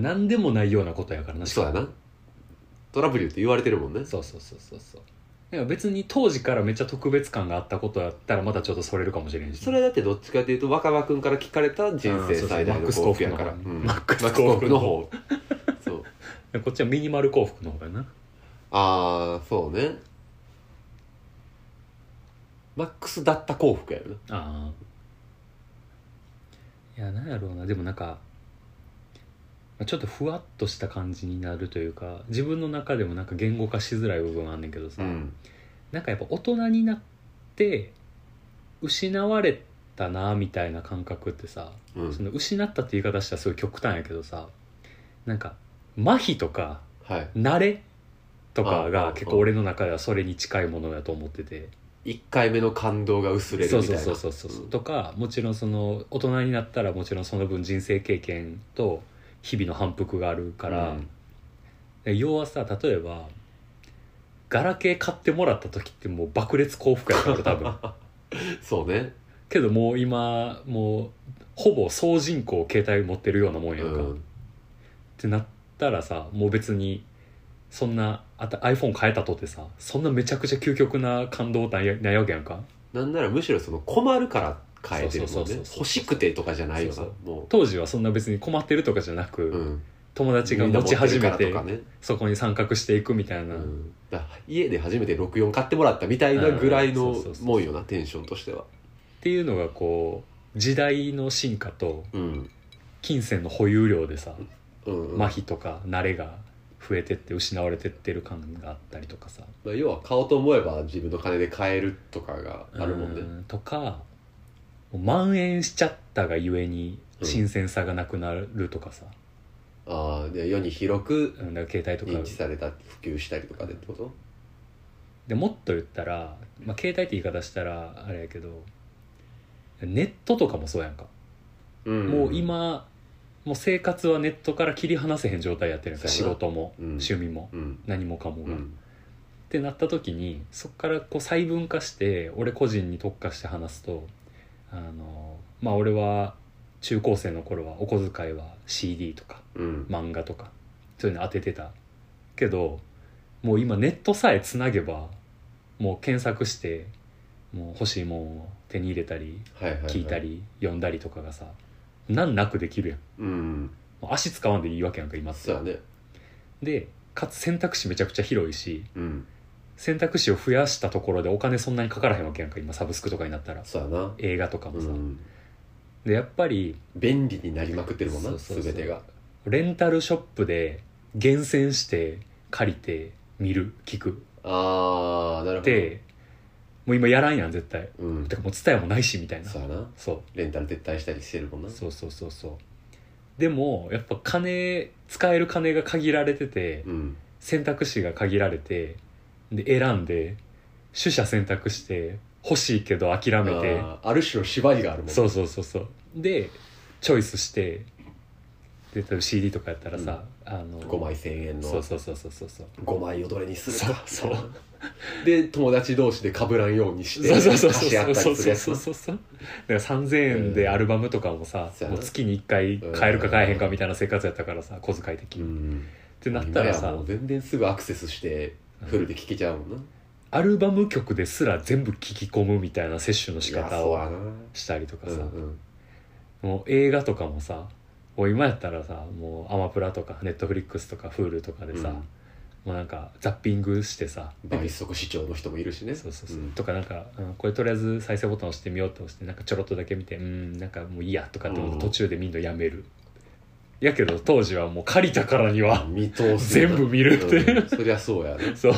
[SPEAKER 1] 何でもないようなことやからなし
[SPEAKER 2] そう
[SPEAKER 1] か
[SPEAKER 2] や
[SPEAKER 1] も
[SPEAKER 2] なトラブルって言われてるもんね
[SPEAKER 1] そうそうそうそうそういや別に当時からめっちゃ特別感があったことやったらまたちょっとそれるかもしれんし
[SPEAKER 2] それはだってどっちかというと若葉君から聞かれた人生最大の幸福やから
[SPEAKER 1] う
[SPEAKER 2] うんん
[SPEAKER 1] マ
[SPEAKER 2] マ
[SPEAKER 1] ッ
[SPEAKER 2] ッ
[SPEAKER 1] ク
[SPEAKER 2] ク
[SPEAKER 1] ス
[SPEAKER 2] ス
[SPEAKER 1] 幸
[SPEAKER 2] 幸
[SPEAKER 1] 福
[SPEAKER 2] 福
[SPEAKER 1] の
[SPEAKER 2] の
[SPEAKER 1] 方
[SPEAKER 2] 方
[SPEAKER 1] [laughs]
[SPEAKER 2] そう
[SPEAKER 1] こっちはミニマル幸福の方やな
[SPEAKER 2] ああそうねマックスだった幸福やよな
[SPEAKER 1] ああいやなんやろうなでもなんかちょっとふわっとした感じになるというか自分の中でもなんか言語化しづらい部分あんねんけどさ、
[SPEAKER 2] うん
[SPEAKER 1] なんかやっぱ大人になって失われたなみたいな感覚ってさ、
[SPEAKER 2] うん
[SPEAKER 1] その失ったって言い方したらすごい極端やけどさなんか麻痺とか
[SPEAKER 2] はい
[SPEAKER 1] 慣れとか
[SPEAKER 2] あああ
[SPEAKER 1] が
[SPEAKER 2] あ
[SPEAKER 1] 結構俺の中ではそれに近いものだと思ってて
[SPEAKER 2] 1回目の感動が薄れる
[SPEAKER 1] そう
[SPEAKER 2] みた
[SPEAKER 1] そ
[SPEAKER 2] いうな
[SPEAKER 1] そうそうそう、
[SPEAKER 2] ん
[SPEAKER 1] とかもちろんその大人になったらもちろんその分人生経験と日々の反復があるから、
[SPEAKER 2] うん
[SPEAKER 1] で要はさ例えばガラケー買ってもらった時ってもう爆裂幸福やったから多分
[SPEAKER 2] そうね
[SPEAKER 1] けどもう今もうほぼ総人口携帯持ってるようなもんやんか、
[SPEAKER 2] う
[SPEAKER 1] っ
[SPEAKER 2] ん
[SPEAKER 1] てなったらさもう別にそんなあた iPhone 変えたとってさそんなめちゃくちゃ究極な感動なんやないわけやんか
[SPEAKER 2] なんならむしろその困るから変えてる
[SPEAKER 1] そ
[SPEAKER 2] も
[SPEAKER 1] うんそうそ
[SPEAKER 2] ね
[SPEAKER 1] うそう
[SPEAKER 2] 欲しくてとかじゃないよな
[SPEAKER 1] そうそ
[SPEAKER 2] も
[SPEAKER 1] 当時はそんな別に困ってるとかじゃなく、
[SPEAKER 2] う、うん、
[SPEAKER 1] 友達が持ち始めて
[SPEAKER 2] みんな持ってるからとかね
[SPEAKER 1] そこに参画していくみたいな、
[SPEAKER 2] うんだから家で初めて64買ってもらったみたいなぐらい
[SPEAKER 1] うん
[SPEAKER 2] の
[SPEAKER 1] そうそうそう
[SPEAKER 2] もんよなテンションとしては
[SPEAKER 1] っていうのがこう時代の進化と
[SPEAKER 2] うん
[SPEAKER 1] 金銭の保有量でさ
[SPEAKER 2] うんうん
[SPEAKER 1] 麻痺とか慣れが増えてって失われてってる感があったりとかさ
[SPEAKER 2] まあ要は買おうと思えば自分の金で買えるとかがあるもん
[SPEAKER 1] う
[SPEAKER 2] ね
[SPEAKER 1] んとかもう蔓延しちゃったがゆえに
[SPEAKER 2] うん
[SPEAKER 1] 新鮮さがなくなるとかさ、
[SPEAKER 2] ああで世に広く
[SPEAKER 1] うん、だから携帯と
[SPEAKER 2] 認
[SPEAKER 1] か
[SPEAKER 2] 知された普及したりとかでってこと
[SPEAKER 1] でもっと言ったら、まあ、携帯って言い方したらあれやけどネットとかもそうやんか、もう今もう生活はネットから切り離せへん状態やってるんです仕
[SPEAKER 2] そうやな
[SPEAKER 1] 事も、
[SPEAKER 2] うん
[SPEAKER 1] 趣味も
[SPEAKER 2] うん
[SPEAKER 1] 何もかも
[SPEAKER 2] う
[SPEAKER 1] が、っ
[SPEAKER 2] ん
[SPEAKER 1] てなった時にそこからこう細分化して俺個人に特化して話すとあのまあ俺は中高生の頃はお小遣いは CD とか
[SPEAKER 2] うん
[SPEAKER 1] 漫画とかそういうの当ててたけどもう今ネットさえつなげばもう検索してもう欲しいもんを手に入れたり
[SPEAKER 2] はいはいはい
[SPEAKER 1] 聞いたり読んだりとかがさ難なくできるやん
[SPEAKER 2] うん
[SPEAKER 1] もう足使わんでいいわけやんか今って
[SPEAKER 2] そうやね
[SPEAKER 1] でかつ選択肢めちゃくちゃ広いし
[SPEAKER 2] うん
[SPEAKER 1] 選択肢を増やしたところでお金そんなにかからへんわけやんか今サブスクとかになったら
[SPEAKER 2] そうやな
[SPEAKER 1] 映画とかも
[SPEAKER 2] う
[SPEAKER 1] さ、
[SPEAKER 2] ん
[SPEAKER 1] でやっぱり
[SPEAKER 2] 便利になりまくってるもん
[SPEAKER 1] そ
[SPEAKER 2] な
[SPEAKER 1] うそうそう
[SPEAKER 2] 全てが
[SPEAKER 1] レンタルショップで厳選して借りて見る聞く
[SPEAKER 2] ああなる
[SPEAKER 1] っ
[SPEAKER 2] ほ
[SPEAKER 1] てもう今やらんやん絶対
[SPEAKER 2] どうん
[SPEAKER 1] てかもう伝えもないしみたいな
[SPEAKER 2] そうやな
[SPEAKER 1] そ
[SPEAKER 2] レンタル撤退したりしてるもん
[SPEAKER 1] う
[SPEAKER 2] な
[SPEAKER 1] そうそうそうそうでもやっぱ金使える金が限られてて
[SPEAKER 2] うん
[SPEAKER 1] 選択肢が限られてで選んで取捨選択して欲しいけど諦めて
[SPEAKER 2] あーある種の縛りがあるもん
[SPEAKER 1] そうそうそうそうでチョイスしてで例えば CD とかやったらさ、あの
[SPEAKER 2] 5枚1000円の
[SPEAKER 1] そうそうそうそうそうそう
[SPEAKER 2] 5枚をどれにするか
[SPEAKER 1] そうそう
[SPEAKER 2] で友達同士で被らんようにして
[SPEAKER 1] そうそうそう
[SPEAKER 2] 貸し合った
[SPEAKER 1] そう
[SPEAKER 2] りする
[SPEAKER 1] そう
[SPEAKER 2] やつ
[SPEAKER 1] そう
[SPEAKER 2] な
[SPEAKER 1] そうそうだから3000円でアルバムとかもさ、
[SPEAKER 2] うん
[SPEAKER 1] もう月に1回買えるか買えへんかみたいな生活やったからさ小遣い的に、
[SPEAKER 2] う
[SPEAKER 1] っ
[SPEAKER 2] ん
[SPEAKER 1] てなったら
[SPEAKER 2] 今
[SPEAKER 1] さ
[SPEAKER 2] やもう全然すぐアクセスしてフルで聴けちゃうもんな
[SPEAKER 1] アルバム曲ですら全部聞き込むみたいな摂取の仕
[SPEAKER 2] いや
[SPEAKER 1] 方
[SPEAKER 2] そう
[SPEAKER 1] を
[SPEAKER 2] やな
[SPEAKER 1] したりとか
[SPEAKER 2] う
[SPEAKER 1] さ、
[SPEAKER 2] んうん
[SPEAKER 1] もう映画とかもさもう今やったらさもうアマプラとかネットフリックスとか Hulu とかでさ、
[SPEAKER 2] うん
[SPEAKER 1] もうなんかザッピングしてさ
[SPEAKER 2] 倍速視聴の人もいるしね
[SPEAKER 1] そうそうそう、
[SPEAKER 2] ん
[SPEAKER 1] とかなんか、うんこれとりあえず再生ボタン押してみようと押してなんかちょろっとだけ見てうんなんかもういいやとかって思って
[SPEAKER 2] うん
[SPEAKER 1] 途中で見るのやめる、やけど当時はもう借りたからには、
[SPEAKER 2] 見通す
[SPEAKER 1] 全部見るって
[SPEAKER 2] うんそりゃそうや
[SPEAKER 1] [laughs]
[SPEAKER 2] ね
[SPEAKER 1] そう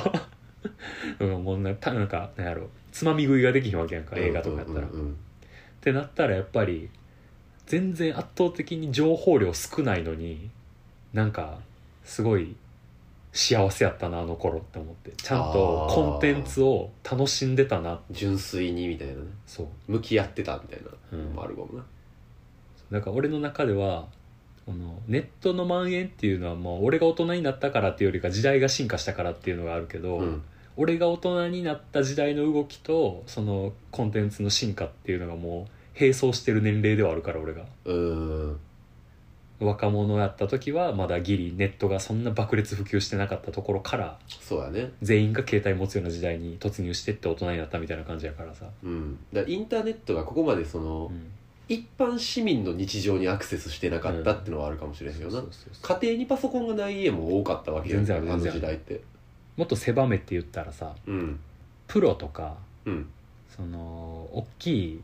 [SPEAKER 1] うんもうなたなんかなんやろつまみ食いができひんわけやんか映画とかやったら、
[SPEAKER 2] うんうんうん
[SPEAKER 1] ってなったらやっぱり全然圧倒的に情報量少ないのになんかすごい幸せやったなあの頃って思ってちゃんと
[SPEAKER 2] あー
[SPEAKER 1] コンテンツを楽しんでたな
[SPEAKER 2] 純粋にみたいなね
[SPEAKER 1] そう
[SPEAKER 2] 向き合ってたみたいな
[SPEAKER 1] うん
[SPEAKER 2] のもあるかもな
[SPEAKER 1] だから俺の中ではこのネットの蔓延っていうのはもう俺が大人になったからっていうよりか時代が進化したからっていうのがあるけど、
[SPEAKER 2] うん
[SPEAKER 1] 俺が大人になった時代の動きとそのコンテンツの進化っていうのがもう並走してる年齢ではあるから俺が
[SPEAKER 2] うん
[SPEAKER 1] 若者やった時はまだギリネットがそんな爆裂普及してなかったところから
[SPEAKER 2] そうやね
[SPEAKER 1] 全員が携帯持つような時代に突入してって大人になったみたいな感じやからさ、
[SPEAKER 2] うんだからインターネットがここまでその、
[SPEAKER 1] うん、
[SPEAKER 2] 一般市民の日常にアクセスしてなかったってのはあるかもしれへんよな、
[SPEAKER 1] そうそうそう
[SPEAKER 2] 家庭にパソコンがない家も多かったわけや
[SPEAKER 1] 全
[SPEAKER 2] ん
[SPEAKER 1] 然ある
[SPEAKER 2] あの
[SPEAKER 1] 全然ある
[SPEAKER 2] 時代って
[SPEAKER 1] もっと狭めって言ったらさ
[SPEAKER 2] うん
[SPEAKER 1] プロとか
[SPEAKER 2] うん
[SPEAKER 1] その大きい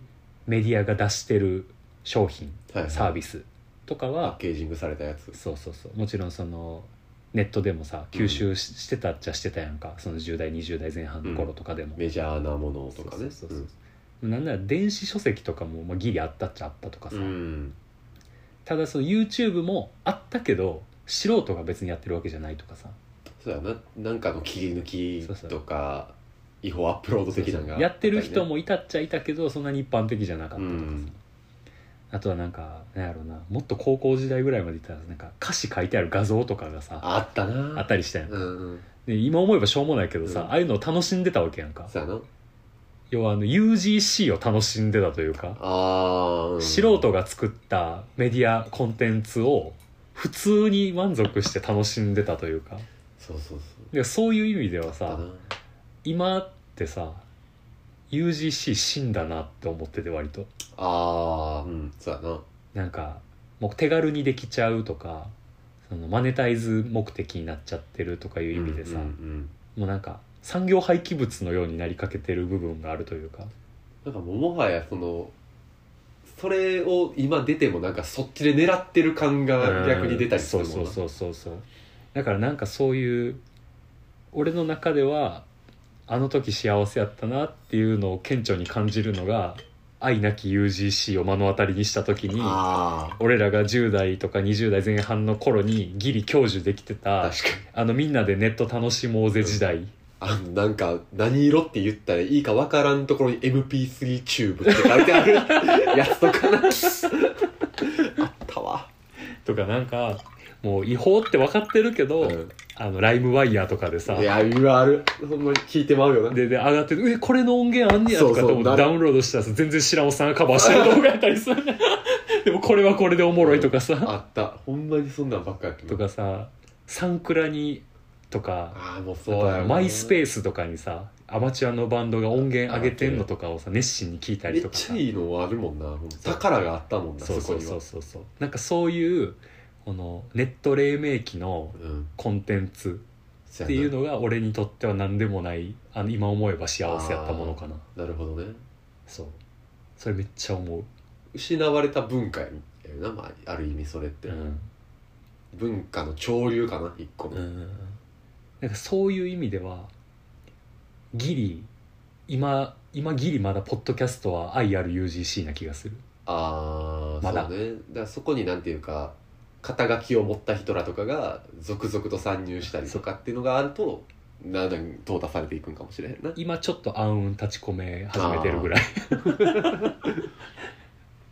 [SPEAKER 1] メディアが出してる商品
[SPEAKER 2] はいはい
[SPEAKER 1] サービスとか
[SPEAKER 2] パ
[SPEAKER 1] は
[SPEAKER 2] ッケージングされたやつ
[SPEAKER 1] そうそうそうもちろんそのネットでもさ吸収し,、てたっちゃしてたやんかその10代20代前半の頃とかでも、
[SPEAKER 2] メジャーなものとかね
[SPEAKER 1] そうそうそうそうなんなら電子書籍とかも、まあ、ギリあったっちゃあったとかさ、
[SPEAKER 2] うんうん
[SPEAKER 1] ただその YouTube もあったけど素人が別にやってるわけじゃないとかさ
[SPEAKER 2] そうやななんかの切り抜きとか違法アップロード的なのがあたりね、
[SPEAKER 1] やってる人もいたっちゃいたけどそんなに一般的じゃなかったとかさ、
[SPEAKER 2] うん
[SPEAKER 1] あとはなんかなんやろうなもっと高校時代ぐらいまでいったらなんか歌詞書いてある画像とかがさ
[SPEAKER 2] あったな
[SPEAKER 1] あったりしたやん、
[SPEAKER 2] うんうん
[SPEAKER 1] で今思えばしょうもないけどさ、
[SPEAKER 2] うん
[SPEAKER 1] ああいうのを楽しんでたわけやんか
[SPEAKER 2] そうやな
[SPEAKER 1] 要はあの UGC を楽しんでたというか、
[SPEAKER 2] あー、うん
[SPEAKER 1] 素人が作ったメディアコンテンツを普通に満足して楽しんでたというか
[SPEAKER 2] そうそうそう
[SPEAKER 1] でそういう意味では
[SPEAKER 2] あった
[SPEAKER 1] さ
[SPEAKER 2] な
[SPEAKER 1] 今ってさ UGC 死んだなって思ってて割と
[SPEAKER 2] あーうんそうやな
[SPEAKER 1] なんかもう手軽にできちゃうとかそのマネタイズ目的になっちゃってるとかいう意味でさ、
[SPEAKER 2] うんうん
[SPEAKER 1] もうなんか産業廃棄物のようになりかけてる部分があるというか
[SPEAKER 2] うん、なんかもうもはやそのそれを今出てもなんかそっちで狙ってる感が逆に出たりするもんな
[SPEAKER 1] うんそうそうそうそうそうだからなんかそういう俺の中ではあの時幸せやったなっていうのを顕著に感じるのが愛なき UGC を目の当たりにした時に
[SPEAKER 2] あ
[SPEAKER 1] 俺らが10代とか20代前半の頃にギリ享受できて
[SPEAKER 2] あ
[SPEAKER 1] た
[SPEAKER 2] 確かに
[SPEAKER 1] あのみんなでネット楽しもうぜ時代
[SPEAKER 2] あのなんか何色って言ったらいいかわからんところに MP3 チューブって書いてあるやつとかなあったわ、
[SPEAKER 1] とかなんかもう違法って分かってるけど、
[SPEAKER 2] う
[SPEAKER 1] あのライムワイヤーとかでさ
[SPEAKER 2] ん、いやいろあるほんまに聞いてまうよな
[SPEAKER 1] でで上がってる「えこれの音源あんねや」とかと思っ
[SPEAKER 2] そうそ
[SPEAKER 1] て
[SPEAKER 2] う
[SPEAKER 1] ダウンロードしたらさ全然知らんおっさんがカバーしてる動画やったりす
[SPEAKER 2] [laughs]
[SPEAKER 1] るでもこれはこれでおもろいとかさ
[SPEAKER 2] あったほんまにそんなんばっかやったな
[SPEAKER 1] とかさサンクラにとか
[SPEAKER 2] ああもう
[SPEAKER 1] あと
[SPEAKER 2] そうや
[SPEAKER 1] マイスペ
[SPEAKER 2] ー
[SPEAKER 1] ースとかにさアマチュアのバンドが音源上げてんのとかをさ熱心に聞いた
[SPEAKER 2] め
[SPEAKER 1] り
[SPEAKER 2] っ
[SPEAKER 1] とか
[SPEAKER 2] ち
[SPEAKER 1] さ
[SPEAKER 2] ゃいいのあるもんなほんと宝があったもんなそ
[SPEAKER 1] そうそう
[SPEAKER 2] こに
[SPEAKER 1] そ
[SPEAKER 2] は
[SPEAKER 1] うそうそうなんかそういうこのネット黎明期の
[SPEAKER 2] うん
[SPEAKER 1] コンテンツ
[SPEAKER 2] そ
[SPEAKER 1] っ
[SPEAKER 2] やな
[SPEAKER 1] ていうのが俺にとっては何でもないあの今思えば幸せやったものかな
[SPEAKER 2] なるほどね
[SPEAKER 1] そうそれめっちゃ思う
[SPEAKER 2] 失われた文化やよな、まあ、ある意味それって、
[SPEAKER 1] うん
[SPEAKER 2] 文化の潮流かな一個の、
[SPEAKER 1] なんかそういう意味ではギリ今今ギリまだポッドキャストは愛ある UGC な気がする
[SPEAKER 2] ああ、
[SPEAKER 1] まだ
[SPEAKER 2] そうねだからそこになんていうか肩書きを持った人らとかが続々と参入したりとかっていうのがあるとなんだん淘汰されていくんかもしれへんな
[SPEAKER 1] 今ちょっと暗雲立ち込め始めてるぐ
[SPEAKER 2] [laughs]
[SPEAKER 1] らい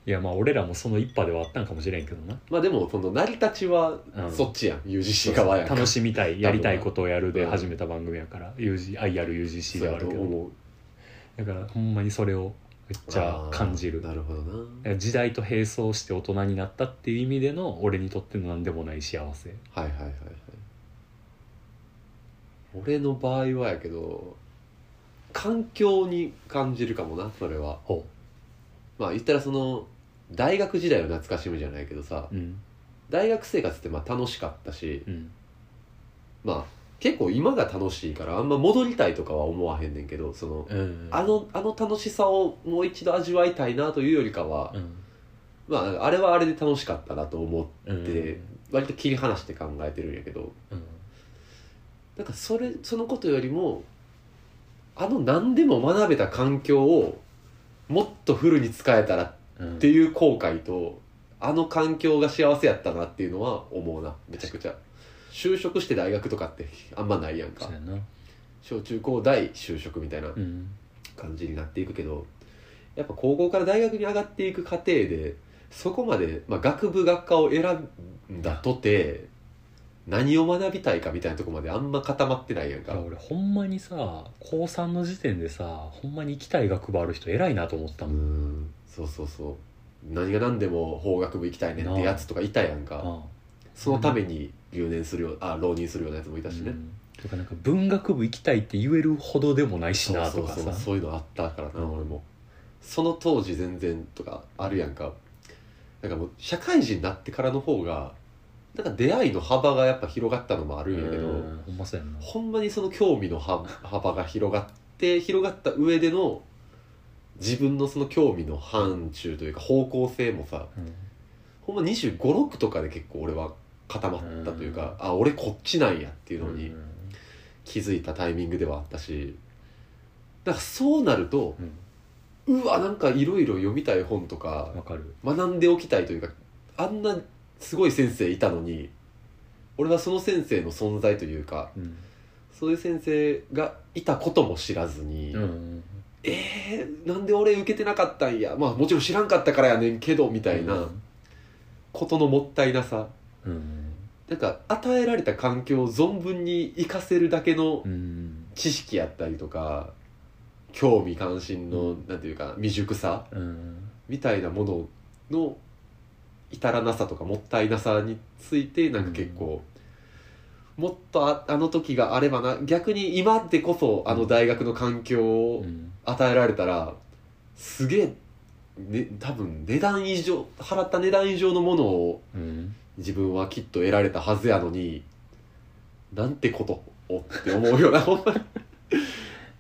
[SPEAKER 1] いやまあ俺らもその一派ではあったんかもしれんけどな
[SPEAKER 2] まあでもその成り立ちは
[SPEAKER 1] うん
[SPEAKER 2] そっちやん、UGC 側やん
[SPEAKER 1] 楽
[SPEAKER 2] い
[SPEAKER 1] しみたいやりたいことをやるで
[SPEAKER 2] うん
[SPEAKER 1] 始めた番組やから、UG 愛ある UGC ではあるけど
[SPEAKER 2] 思う
[SPEAKER 1] だからほんまにそれをめっちゃ感じる
[SPEAKER 2] あーなるほどな
[SPEAKER 1] 時代と並走して大人になったっていう意味での俺にとっての何でもない幸せ
[SPEAKER 2] はいはいはいはい俺の場合はやけど環境に感じるかもなそれは
[SPEAKER 1] ほ
[SPEAKER 2] まあ言ったらその大学時代を懐かしむじゃないけどさ
[SPEAKER 1] ううん
[SPEAKER 2] 大学生活ってまあ楽しかったし
[SPEAKER 1] うん
[SPEAKER 2] まあ結構今が楽しいからあんま戻りたいとかは思わへんねんけどその
[SPEAKER 1] うん
[SPEAKER 2] あのあの楽しさをもう一度味わいたいなというよりかは、
[SPEAKER 1] うん
[SPEAKER 2] まああれはあれで楽しかったなと思
[SPEAKER 1] う
[SPEAKER 2] っ
[SPEAKER 1] ん
[SPEAKER 2] て割と切り離して考えてるんやけど
[SPEAKER 1] うん
[SPEAKER 2] なんかそれそのことよりもあの何でも学べた環境をもっとフルに使えたらっ
[SPEAKER 1] うん
[SPEAKER 2] ていう後悔とあの環境が幸せやったなっていうのは思うなめちゃくちゃ就職して大学とかってあんまないやんか
[SPEAKER 1] そうやな
[SPEAKER 2] 小中高大就職みたいな
[SPEAKER 1] うん
[SPEAKER 2] 感じになっていくけどやっぱ高校から大学に上がっていく過程でそこまで、まあ、学部学科を選んだとて何を学びたいかみたいなとこまであんま固まってないやん
[SPEAKER 1] いや
[SPEAKER 2] か
[SPEAKER 1] 俺ほんまにさ高3の時点でさほんまに行きたい学部ある人偉いなと思った
[SPEAKER 2] う
[SPEAKER 1] もん
[SPEAKER 2] んそうそうそう何が何でも法学部行きたいねってやつとかいたやんか
[SPEAKER 1] あ
[SPEAKER 2] そのために留年するようあ浪人するようなやつもいたし
[SPEAKER 1] う
[SPEAKER 2] ね、
[SPEAKER 1] んとかなんか文学部行きたいって言えるほどでもないしな
[SPEAKER 2] そ
[SPEAKER 1] と
[SPEAKER 2] う
[SPEAKER 1] か
[SPEAKER 2] そうそう
[SPEAKER 1] さ
[SPEAKER 2] そういうのあったからな、
[SPEAKER 1] うん
[SPEAKER 2] 俺もその当時全然とかあるやんかなんかもう社会人になってからの方がなんか出会いの幅がやっぱ広がったのもあるんやけど、
[SPEAKER 1] うんほんまそうやんな
[SPEAKER 2] ほんまにその興味のは [laughs] 幅が広がって広がった上での自分のその興味の範疇というか方向性もさほんま2 5 6とかで結構俺は固まったというか、あ俺こっちなんやっていうのに
[SPEAKER 1] うん
[SPEAKER 2] 気づいたタイミングではあったしだからそうなると
[SPEAKER 1] うん
[SPEAKER 2] うわなんかいろいろ読みたい本とか
[SPEAKER 1] わかる
[SPEAKER 2] 学んでおきたいというかあんなすごい先生いたのに俺はその先生の存在というか
[SPEAKER 1] うん
[SPEAKER 2] そういう先生がいたことも知らずに、
[SPEAKER 1] うん
[SPEAKER 2] えーなんで俺受けてなかったんやまあもちろん知らんかったからやねんけどみたいなことのもったいなさ
[SPEAKER 1] うん
[SPEAKER 2] なんか与えられた環境を存分に活かせるだけの
[SPEAKER 1] うん
[SPEAKER 2] 知識やったりとか興味関心の、なんていうか未熟さ
[SPEAKER 1] うん
[SPEAKER 2] みたいなものの至らなさとかもったいなさについてなんか結構、もっとああの時があればな逆に今でこそあの大学の環境を、
[SPEAKER 1] うん
[SPEAKER 2] 与えられたらすげえ、ね、多分値段以上払った値段以上のものを
[SPEAKER 1] うん
[SPEAKER 2] 自分はきっと得られたはずやのになんてことをって思う
[SPEAKER 1] [laughs]
[SPEAKER 2] よなほんまに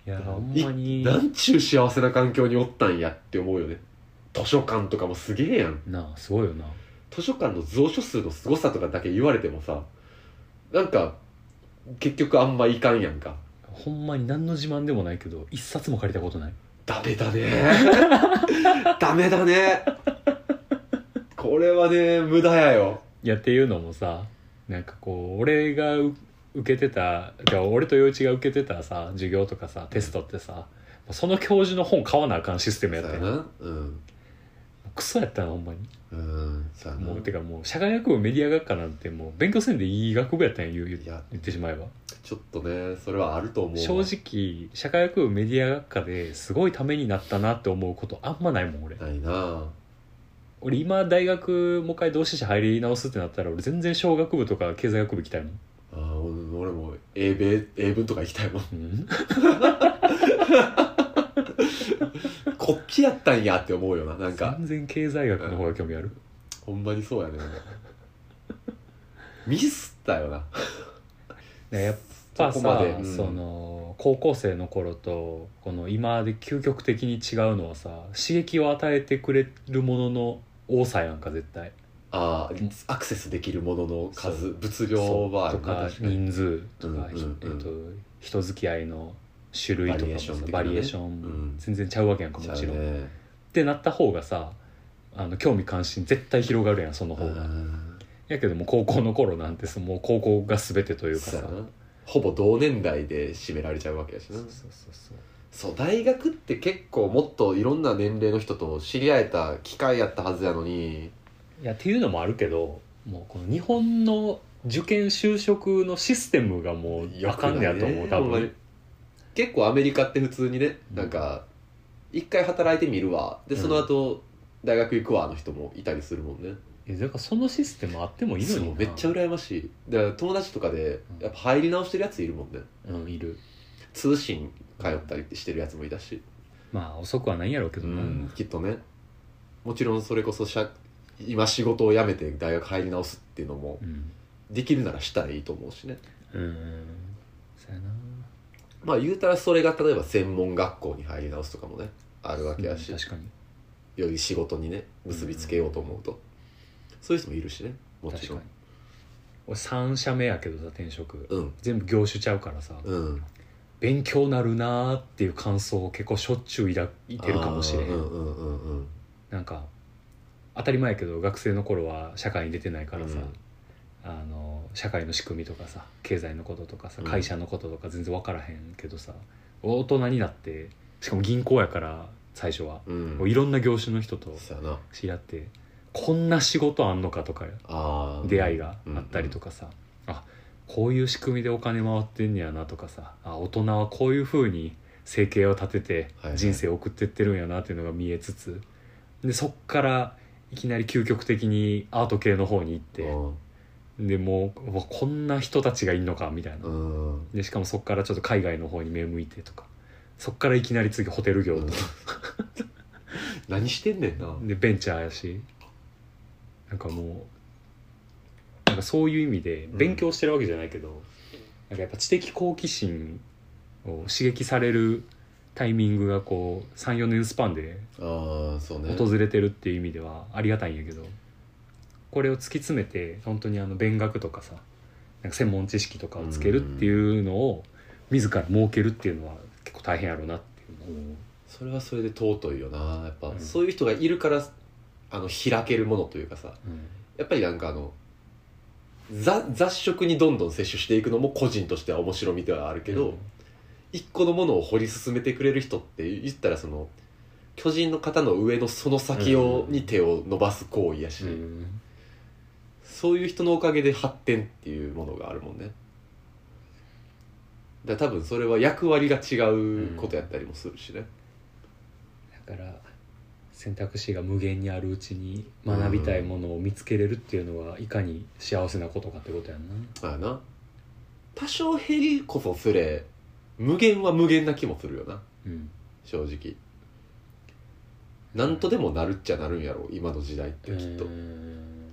[SPEAKER 1] いやほんまに
[SPEAKER 2] なんちゅう幸せな環境におったんやって思うよね図書館とかもすげえやん
[SPEAKER 1] なあすごいよな
[SPEAKER 2] 図書館の蔵書数のすごさとかだけ言われてもさなんか結局あんまいかんやんか
[SPEAKER 1] ほんまに何の自慢でもないけど一冊も借りたことない
[SPEAKER 2] ダメだね
[SPEAKER 1] [laughs]
[SPEAKER 2] ダメだねこれはね無駄やよ
[SPEAKER 1] いやっていうのもさなんかこう俺がう受けてたじゃあ俺と陽一が受けてたさ授業とかさテストってさその教授の本買わなあかんシステムやった
[SPEAKER 2] そう
[SPEAKER 1] よ
[SPEAKER 2] やなうん
[SPEAKER 1] クソやったなほんまに
[SPEAKER 2] うんそうやな
[SPEAKER 1] もうてかもう社会学部メディア学科なんてもう勉強せんでいい学部やったんや言う言う
[SPEAKER 2] いや
[SPEAKER 1] 言ってしまえば
[SPEAKER 2] ちょっとねそれはあると思うわ
[SPEAKER 1] 正直社会学部メディア学科ですごいためになったなって思うことあんまないもん俺
[SPEAKER 2] ないな
[SPEAKER 1] 俺今大学もう一回同志社入り直すってなったら俺全然小学部とか経済学部行きたいもん
[SPEAKER 2] あー俺俺も英米英文とか行きたいもん [laughs]
[SPEAKER 1] うん
[SPEAKER 2] こっちやったんやって思うよななんか
[SPEAKER 1] 全然経済学の方が興味ある
[SPEAKER 2] ほんまにそう
[SPEAKER 1] [laughs]
[SPEAKER 2] やねミスったよな
[SPEAKER 1] ねやっぱ
[SPEAKER 2] そ
[SPEAKER 1] さ
[SPEAKER 2] こまでうん
[SPEAKER 1] その高校生の頃とこの今で究極的に違うのはさ刺激を与えてくれるものの多さやんか絶対
[SPEAKER 2] あーアクセスできるものの
[SPEAKER 1] そ
[SPEAKER 2] 数
[SPEAKER 1] う
[SPEAKER 2] 物量はあ
[SPEAKER 1] と
[SPEAKER 2] るな
[SPEAKER 1] か
[SPEAKER 2] 確かに
[SPEAKER 1] 人数とか、
[SPEAKER 2] うんうんうん
[SPEAKER 1] えっと人付き合いの種類とかもさバ
[SPEAKER 2] バリ
[SPEAKER 1] リエ
[SPEAKER 2] エ
[SPEAKER 1] ー
[SPEAKER 2] ー
[SPEAKER 1] シ
[SPEAKER 2] シ
[SPEAKER 1] ョ
[SPEAKER 2] ョ
[SPEAKER 1] ン
[SPEAKER 2] ン的なねうん
[SPEAKER 1] 全然ちゃうわけやんか
[SPEAKER 2] ち
[SPEAKER 1] も
[SPEAKER 2] ゃう
[SPEAKER 1] ちろん、
[SPEAKER 2] ね
[SPEAKER 1] ってなった方がさあの興味関心絶対広がるやんその方が、
[SPEAKER 2] うん
[SPEAKER 1] やけども高校の頃なんてさもう高校が全てというか
[SPEAKER 2] そう
[SPEAKER 1] さ
[SPEAKER 2] やなほぼ同年代で占められちゃうわけやし
[SPEAKER 1] そう
[SPEAKER 2] な
[SPEAKER 1] そうそう
[SPEAKER 2] そう大学って結構もっといろんな年齢の人と知り合えた機会やったはずやのに
[SPEAKER 1] いやっていうのもあるけどもうこの日本の受験就職のシステムがもうあかんねやと思う、
[SPEAKER 2] よくな
[SPEAKER 1] 多
[SPEAKER 2] いねほんまに
[SPEAKER 1] 分
[SPEAKER 2] 結構アメリカって普通にね
[SPEAKER 1] うん
[SPEAKER 2] なんか一回働いてみるわで
[SPEAKER 1] うん
[SPEAKER 2] その後大学行くわの人もいたりするもんね
[SPEAKER 1] いやだからそのシステムあってもいいのに
[SPEAKER 2] そ
[SPEAKER 1] な
[SPEAKER 2] うめっちゃ羨ましいだから友達とかでやっぱ入り直してるやついるもんね
[SPEAKER 1] うんいる
[SPEAKER 2] 通信通ったりしてるやつもいたし
[SPEAKER 1] まあ遅くはないんやろうけどな、
[SPEAKER 2] きっとねもちろんそれこそ社今仕事を辞めて大学入り直すっていうのも
[SPEAKER 1] うん
[SPEAKER 2] できるならしたらいいと思うしね
[SPEAKER 1] うんそうやな
[SPEAKER 2] まあ言うたらそれが例えば専門学校に入り直すとかもねあるわけやし、
[SPEAKER 1] うん確かに
[SPEAKER 2] より仕事にね結びつけようと思うと、そういう人もいるしねも
[SPEAKER 1] 確
[SPEAKER 2] ち
[SPEAKER 1] か
[SPEAKER 2] ろ
[SPEAKER 1] に
[SPEAKER 2] ん
[SPEAKER 1] 俺3社目やけどさ転職、
[SPEAKER 2] うん
[SPEAKER 1] 全部業種ちゃうからさ、
[SPEAKER 2] うん
[SPEAKER 1] 勉強なるなーっていう感想を結構しょっちゅう抱いてるかもしれへ
[SPEAKER 2] あーうん
[SPEAKER 1] ん
[SPEAKER 2] うんうんうん
[SPEAKER 1] なんか当たり前やけど学生の頃は社会に出てないからさ、
[SPEAKER 2] うん
[SPEAKER 1] あの社会の仕組みとかさ経済のこととかさ
[SPEAKER 2] うん
[SPEAKER 1] 会社のこととか全然分からへんけどさ、大人になってしかも銀行やから最初は、
[SPEAKER 2] うん
[SPEAKER 1] もういろんな業種の人と
[SPEAKER 2] そうやな
[SPEAKER 1] 知り合ってこんな仕事あんのかとか
[SPEAKER 2] あー
[SPEAKER 1] 出会いがあったりとかさ、あこういう仕組みでお金回ってんねやなとかさあ大人はこういうふうに生計を立てて
[SPEAKER 2] はいはい
[SPEAKER 1] 人生を送ってってるんやなっていうのが見えつつ、でそっからいきなり究極的にアート系の方に行ってでもううわこんな人たちがいんのかみたいな
[SPEAKER 2] うんうん
[SPEAKER 1] でしかもそこからちょっと海外の方に目向いてとかそこからいきなり次ホテル業とか、
[SPEAKER 2] 何してんねんな
[SPEAKER 1] でベンチャーやしなんかもうなんかそういう意味で
[SPEAKER 2] うん
[SPEAKER 1] 勉強してるわけじゃないけど、なんかやっぱ知的好奇心を刺激されるタイミングがこう34年スパンで
[SPEAKER 2] ああそうね
[SPEAKER 1] 訪れてるっていう意味ではありがたいんやけどこれを突き詰めて本当にあの勉学とかさなんか専門知識とかをつけるっていうのを自ら設けるっていうのは結構大変やろうなっていうのを
[SPEAKER 2] それはそれで尊いよなやっぱ、
[SPEAKER 1] うん
[SPEAKER 2] そういう人がいるからあの開けるものというかさ
[SPEAKER 1] うん
[SPEAKER 2] やっぱりなんかあのざ雑食にどんどん摂取していくのも個人としては面白みではあるけど、一個のものを掘り進めてくれる人って言ったらその巨人の方の上のその先を、
[SPEAKER 1] うん
[SPEAKER 2] に手を伸ばす行為やし、
[SPEAKER 1] うん
[SPEAKER 2] そういう人のおかげで発展っていうものがあるもんねだから多分それは役割が違うことやったりもするしね、
[SPEAKER 1] だから選択肢が無限にあるうちに学びたいものを見つけれるっていうのはいかに幸せなことかってことやんな
[SPEAKER 2] ああな多少減りこそすれ無限は無限な気もするよな
[SPEAKER 1] うん
[SPEAKER 2] 正直なんとでもなるっちゃなるんやろ今の時代ってきっと
[SPEAKER 1] うーん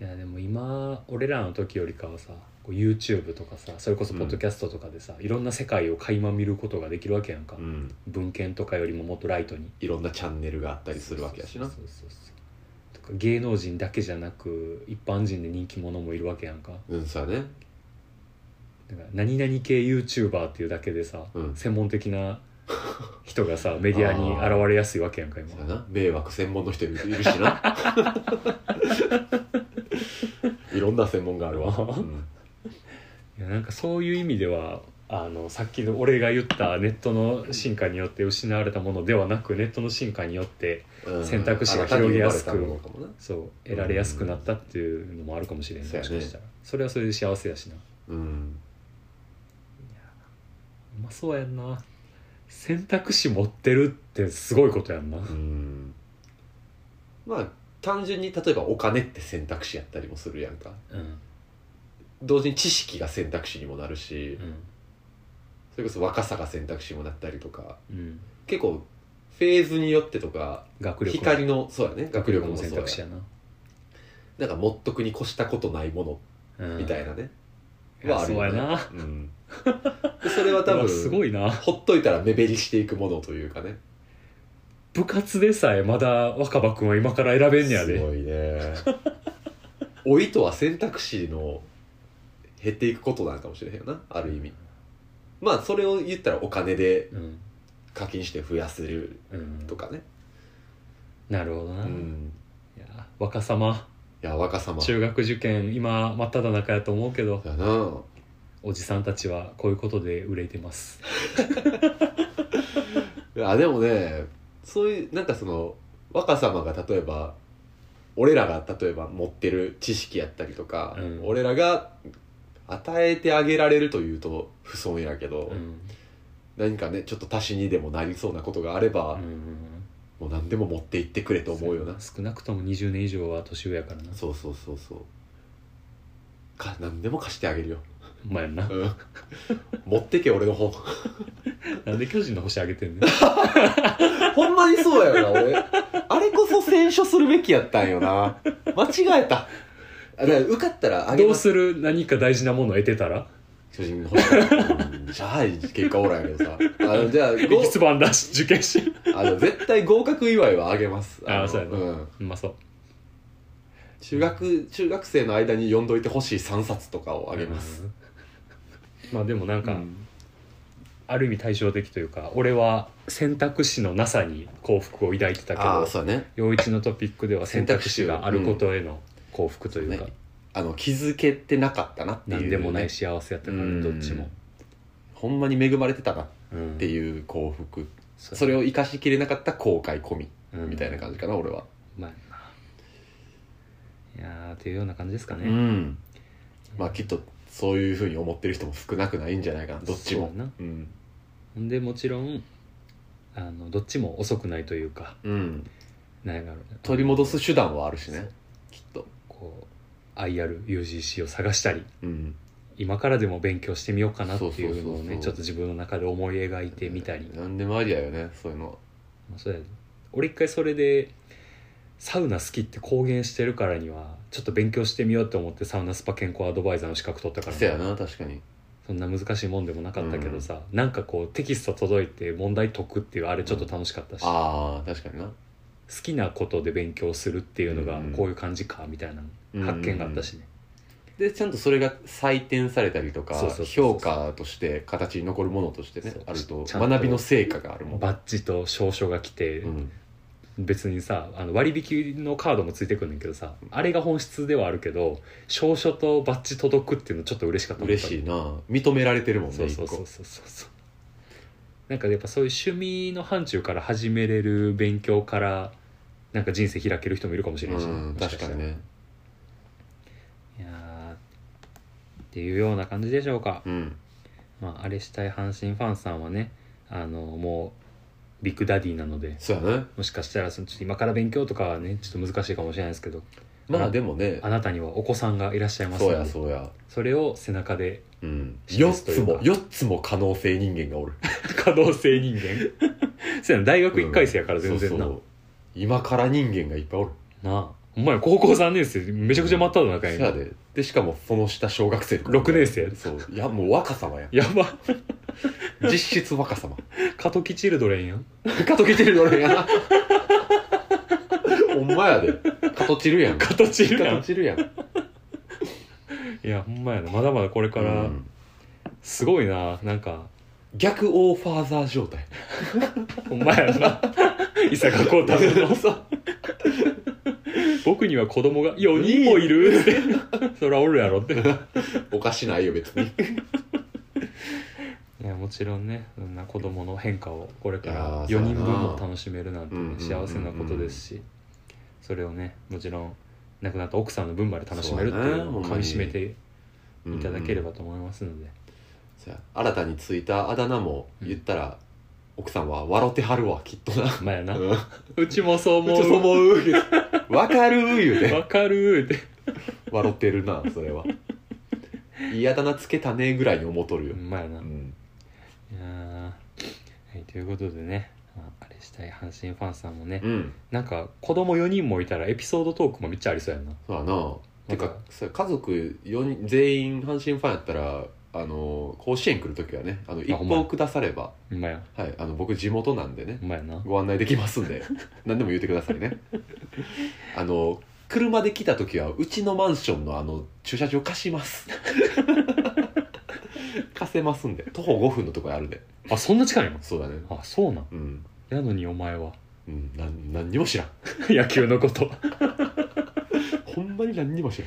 [SPEAKER 1] いやでも今俺らの時よりかはさこう YouTube とかさそれこそポッドキャストとかでさ、いろんな世界を垣間見ることができるわけやんか、
[SPEAKER 2] うん
[SPEAKER 1] 文献とかよりももっとライトに
[SPEAKER 2] いろんなチャンネルがあったりするわけやしな
[SPEAKER 1] そうそうそうそうとか芸能人だけじゃなく一般人で人気者もいるわけやんか
[SPEAKER 2] うんそうやね
[SPEAKER 1] だから何々系 YouTuber っていうだけでさ、
[SPEAKER 2] うん
[SPEAKER 1] 専門的な人が
[SPEAKER 2] [laughs]
[SPEAKER 1] さメディアに現れやすいわけやんか
[SPEAKER 2] そう
[SPEAKER 1] 今
[SPEAKER 2] やな迷惑専門の人いるし
[SPEAKER 1] [laughs]
[SPEAKER 2] ないろんな専門があるわ、うん
[SPEAKER 1] いやなんかそういう意味ではあのさっきの俺が言ったネットの進化によって失われたものではなくネットの進化によって
[SPEAKER 2] うん
[SPEAKER 1] 選択肢が広げやすく
[SPEAKER 2] 新たに生まれたものかもな
[SPEAKER 1] そう得られやすくなったっていうのもあるかもしれない、
[SPEAKER 2] そう
[SPEAKER 1] も
[SPEAKER 2] や
[SPEAKER 1] し
[SPEAKER 2] ね
[SPEAKER 1] かしたらそれはそれで幸せやしなう
[SPEAKER 2] うん
[SPEAKER 1] まそうやんな選択肢持ってるってすごいことやんな、
[SPEAKER 2] うんまあ単純に例えばお金って選択肢やったりもするやんか
[SPEAKER 1] うん
[SPEAKER 2] 同時に知識が選択肢にもなるし
[SPEAKER 1] うん
[SPEAKER 2] それこそ若さが選択肢にもなったりとか
[SPEAKER 1] うん、
[SPEAKER 2] 結構フェーズによってとか
[SPEAKER 1] 学力も
[SPEAKER 2] 光のそうやね学
[SPEAKER 1] 学
[SPEAKER 2] 力
[SPEAKER 1] 力
[SPEAKER 2] も
[SPEAKER 1] も
[SPEAKER 2] そ
[SPEAKER 1] 選
[SPEAKER 2] う
[SPEAKER 1] 択肢
[SPEAKER 2] や
[SPEAKER 1] やな、
[SPEAKER 2] なんか持っとくに越したことないも
[SPEAKER 1] うん
[SPEAKER 2] のみたいなね、
[SPEAKER 1] いや
[SPEAKER 2] はある
[SPEAKER 1] そう
[SPEAKER 2] よね
[SPEAKER 1] やな
[SPEAKER 2] うん、でそれは多
[SPEAKER 1] うわ
[SPEAKER 2] 分
[SPEAKER 1] すごいな
[SPEAKER 2] ほっといたら目減りしていくものというかね
[SPEAKER 1] 部活でさえまだ若葉君は今から選べんねやです
[SPEAKER 2] ごいね老いとは選択肢の減っていくことなのかもしれへんよなある意味まあそれを言ったらお金で
[SPEAKER 1] うん
[SPEAKER 2] 課金して増やせる
[SPEAKER 1] うん
[SPEAKER 2] とかね
[SPEAKER 1] なるほど
[SPEAKER 2] う
[SPEAKER 1] な、
[SPEAKER 2] ん
[SPEAKER 1] いや若さま
[SPEAKER 2] いや若さま
[SPEAKER 1] 中学受験今真っ只中やと思うけど
[SPEAKER 2] だな
[SPEAKER 1] おじさんたちはこういうことで憂いてます
[SPEAKER 2] いやでもねそういうなんかその若さまが例えば俺らが例えば持ってる知識やったりとか、
[SPEAKER 1] うん
[SPEAKER 2] 俺らが与えてあげられるというと不損やけど、
[SPEAKER 1] うん、
[SPEAKER 2] 何かねちょっと足しにでもなりそうなことがあれば、もう何でも持って行ってくれと思うよな
[SPEAKER 1] 少なくとも20年以上は年上やからな
[SPEAKER 2] そうそうそうそうか何でも貸してあげるよ、
[SPEAKER 1] お前やんな
[SPEAKER 2] うん、 [laughs] 持ってけ俺の本
[SPEAKER 1] なんで巨人の星あげてんねん
[SPEAKER 2] ほんまにそうやよな俺あれこそ選書するべきやったんよな間違えたあだから受かったらあげ
[SPEAKER 1] どう
[SPEAKER 2] ます
[SPEAKER 1] する何か大事なものを得てたら
[SPEAKER 2] 巨人の本、うん、しゃあない結果おらんやけどさあのじゃあご
[SPEAKER 1] 立番だし受験し [laughs]
[SPEAKER 2] あの絶対合格祝いはあげます
[SPEAKER 1] あ
[SPEAKER 2] の
[SPEAKER 1] そうやなんうまそう
[SPEAKER 2] 中学中学生の間に読んどいてほしい3冊とかをあげます、
[SPEAKER 1] うん [laughs] まあでもなんか、
[SPEAKER 2] うん
[SPEAKER 1] ある意味対照的というか俺は選択肢のなさに幸福を抱いてたけ
[SPEAKER 2] ああ
[SPEAKER 1] ど
[SPEAKER 2] そうやね
[SPEAKER 1] 陽一のトピックでは選択肢があることへの幸福というか、
[SPEAKER 2] ねあの気づけてなかったなっていう、
[SPEAKER 1] 何でもない幸せやったから
[SPEAKER 2] うん
[SPEAKER 1] どっちも、
[SPEAKER 2] ほんまに恵まれてたなっ
[SPEAKER 1] うん
[SPEAKER 2] ていう幸福、
[SPEAKER 1] そ
[SPEAKER 2] それを生かしきれなかった後悔込み
[SPEAKER 1] うん
[SPEAKER 2] みたいな感じかな、俺は
[SPEAKER 1] まあいやーというような感じですかね、
[SPEAKER 2] んまあきっとそういうふうに思ってる人も少なくないんじゃないかなどっちも
[SPEAKER 1] そうやな
[SPEAKER 2] うん、
[SPEAKER 1] ほんでもちろんあのどっちも遅くないというか
[SPEAKER 2] うん、
[SPEAKER 1] なんやろう
[SPEAKER 2] 取り戻す手段はあるしねきっと
[SPEAKER 1] こう IRUGC を探したり
[SPEAKER 2] うん
[SPEAKER 1] 今からでも勉強してみようかなっていうのを
[SPEAKER 2] そうそうそうそ
[SPEAKER 1] ね
[SPEAKER 2] う
[SPEAKER 1] ちょっと自分の中で思い描いてみたり、
[SPEAKER 2] 何でもありやよねそういうのは
[SPEAKER 1] まあ、そうや俺一回それでサウナ好きって公言してるからにはちょっと勉強してみようと思ってサウナスパ健康アドバイザーの資格取ったからね、
[SPEAKER 2] せやな確かに
[SPEAKER 1] そんな難しいもんでもなかったけどさ、なんかこうテキスト届いて問題解くっていうあれちょっと楽しかったし、好
[SPEAKER 2] ああ確かにな
[SPEAKER 1] きなことで勉強するっていうのが
[SPEAKER 2] うん
[SPEAKER 1] こういう感じかみたいな
[SPEAKER 2] うん
[SPEAKER 1] 発見があったしね、
[SPEAKER 2] でちゃんとそれが採点されたりとか
[SPEAKER 1] そうそうそうそう
[SPEAKER 2] 評価として形に残るものとしてね
[SPEAKER 1] そう
[SPEAKER 2] あると
[SPEAKER 1] ちゃんと
[SPEAKER 2] 学びの成果があるもの、
[SPEAKER 1] バッジと証書が来て、
[SPEAKER 2] うん、
[SPEAKER 1] 別にさあの割引のカードもついてくるんだけどさあれが本質ではあるけど証書とバッジ届くっていうのちょっと嬉しかったもん
[SPEAKER 2] 嬉しいな認められてるもんね
[SPEAKER 1] そうそうそうそうそうそうなんかやっぱそういう趣味の範疇から始めれる勉強からなんか人生開ける人もいるかもし
[SPEAKER 2] 一
[SPEAKER 1] れ
[SPEAKER 2] 個
[SPEAKER 1] ないしね、
[SPEAKER 2] うん
[SPEAKER 1] もし
[SPEAKER 2] 確
[SPEAKER 1] し
[SPEAKER 2] か
[SPEAKER 1] たら
[SPEAKER 2] にね
[SPEAKER 1] いやーっていうような感じでしょうか、
[SPEAKER 2] うん
[SPEAKER 1] まあ、あれしたい阪神ファンさんはねあのもうビッグダディなので
[SPEAKER 2] そうやね
[SPEAKER 1] もしかしたらそのちょっと今から勉強とかはねちょっと難しいかもしれないですけど
[SPEAKER 2] ま
[SPEAKER 1] う
[SPEAKER 2] あ
[SPEAKER 1] ん
[SPEAKER 2] でもね
[SPEAKER 1] あなたにはお子さんがいらっしゃいます
[SPEAKER 2] そう
[SPEAKER 1] の
[SPEAKER 2] や
[SPEAKER 1] で
[SPEAKER 2] そうや
[SPEAKER 1] それを背中で
[SPEAKER 2] うん
[SPEAKER 1] 示
[SPEAKER 2] 4
[SPEAKER 1] すとい
[SPEAKER 2] つ
[SPEAKER 1] うか
[SPEAKER 2] も4つも可能性人間が
[SPEAKER 1] [laughs]
[SPEAKER 2] おる
[SPEAKER 1] 可能性人間 [laughs] そうやな大学1回生やから全然な、
[SPEAKER 2] そうそう今から人間がいっぱいおる
[SPEAKER 1] なあお前高校3年生めちゃくちゃ真っ只中
[SPEAKER 2] せや
[SPEAKER 1] やん
[SPEAKER 2] ででしかもその下小学生
[SPEAKER 1] 6年生
[SPEAKER 2] そういやもう若様や
[SPEAKER 1] やば
[SPEAKER 2] 実質若
[SPEAKER 1] [laughs]
[SPEAKER 2] 様
[SPEAKER 1] 過渡期チルドレンやん
[SPEAKER 2] カトキチルドレンやな [laughs] ほんまやでカトチルやんカ
[SPEAKER 1] 過渡チルや
[SPEAKER 2] ト
[SPEAKER 1] ん
[SPEAKER 2] チルやん
[SPEAKER 1] いやほんまやなまだまだこれか
[SPEAKER 2] う
[SPEAKER 1] ら
[SPEAKER 2] ん
[SPEAKER 1] すごいななんか
[SPEAKER 2] 逆オーファーザー状態
[SPEAKER 1] ほんまやな伊坂幸太郎の
[SPEAKER 2] そう
[SPEAKER 1] 僕には子供が4人もいるってそらおるやろってい
[SPEAKER 2] [laughs] おかしないよ別に
[SPEAKER 1] やもちろんねそんな子供の変化をこれか
[SPEAKER 2] いや
[SPEAKER 1] ら
[SPEAKER 2] ー
[SPEAKER 1] 4人分
[SPEAKER 2] そうやな
[SPEAKER 1] も楽しめるなんて、
[SPEAKER 2] うんうん
[SPEAKER 1] ね、
[SPEAKER 2] うんうん
[SPEAKER 1] 幸せなことですしそれをねもちろん亡くなった奥さんの分まで楽しめるっていうのをかみしめて [laughs] いただければと思いますので、
[SPEAKER 2] そうや新たについたあだ名も言ったら奥さんは笑ってはるわきっとな
[SPEAKER 1] まあやな、
[SPEAKER 2] う
[SPEAKER 1] うんちもそう
[SPEAKER 2] めっ
[SPEAKER 1] 思う
[SPEAKER 2] ちゃそう思う言うてわかる言うて
[SPEAKER 1] わかるって、
[SPEAKER 2] 笑ってるなそれは嫌だなつけたねぐらいに思うとるよ
[SPEAKER 1] う、ん、まあやな、
[SPEAKER 2] う
[SPEAKER 1] い
[SPEAKER 2] ん、
[SPEAKER 1] やーはいということでね、まあ、あれしたい阪神ファンさんもね、
[SPEAKER 2] うん、
[SPEAKER 1] なんか子供4人もいたらエピソードトークもめっちゃありそうやんな
[SPEAKER 2] そうやなて
[SPEAKER 1] ま
[SPEAKER 2] かそうや家族四人全員阪神ファンやったらあの甲子園来る時はねあの一
[SPEAKER 1] ほんまや
[SPEAKER 2] 報くだされば、
[SPEAKER 1] ほんまや
[SPEAKER 2] はい、あの僕地元なんでね
[SPEAKER 1] ほんまやな
[SPEAKER 2] ご案内できますん
[SPEAKER 1] [laughs]
[SPEAKER 2] で何でも言ってくださいねあの車で来た時はうちのマンションのあの駐車場貸します
[SPEAKER 1] [laughs]
[SPEAKER 2] 貸せますんで徒歩5分のところにあるんで
[SPEAKER 1] あそんな近いの
[SPEAKER 2] そうだね
[SPEAKER 1] あそうなん
[SPEAKER 2] うん
[SPEAKER 1] やのにお前は [laughs]
[SPEAKER 2] うん、なん何にも知らん
[SPEAKER 1] 野球のこと
[SPEAKER 2] ほんまに何にも知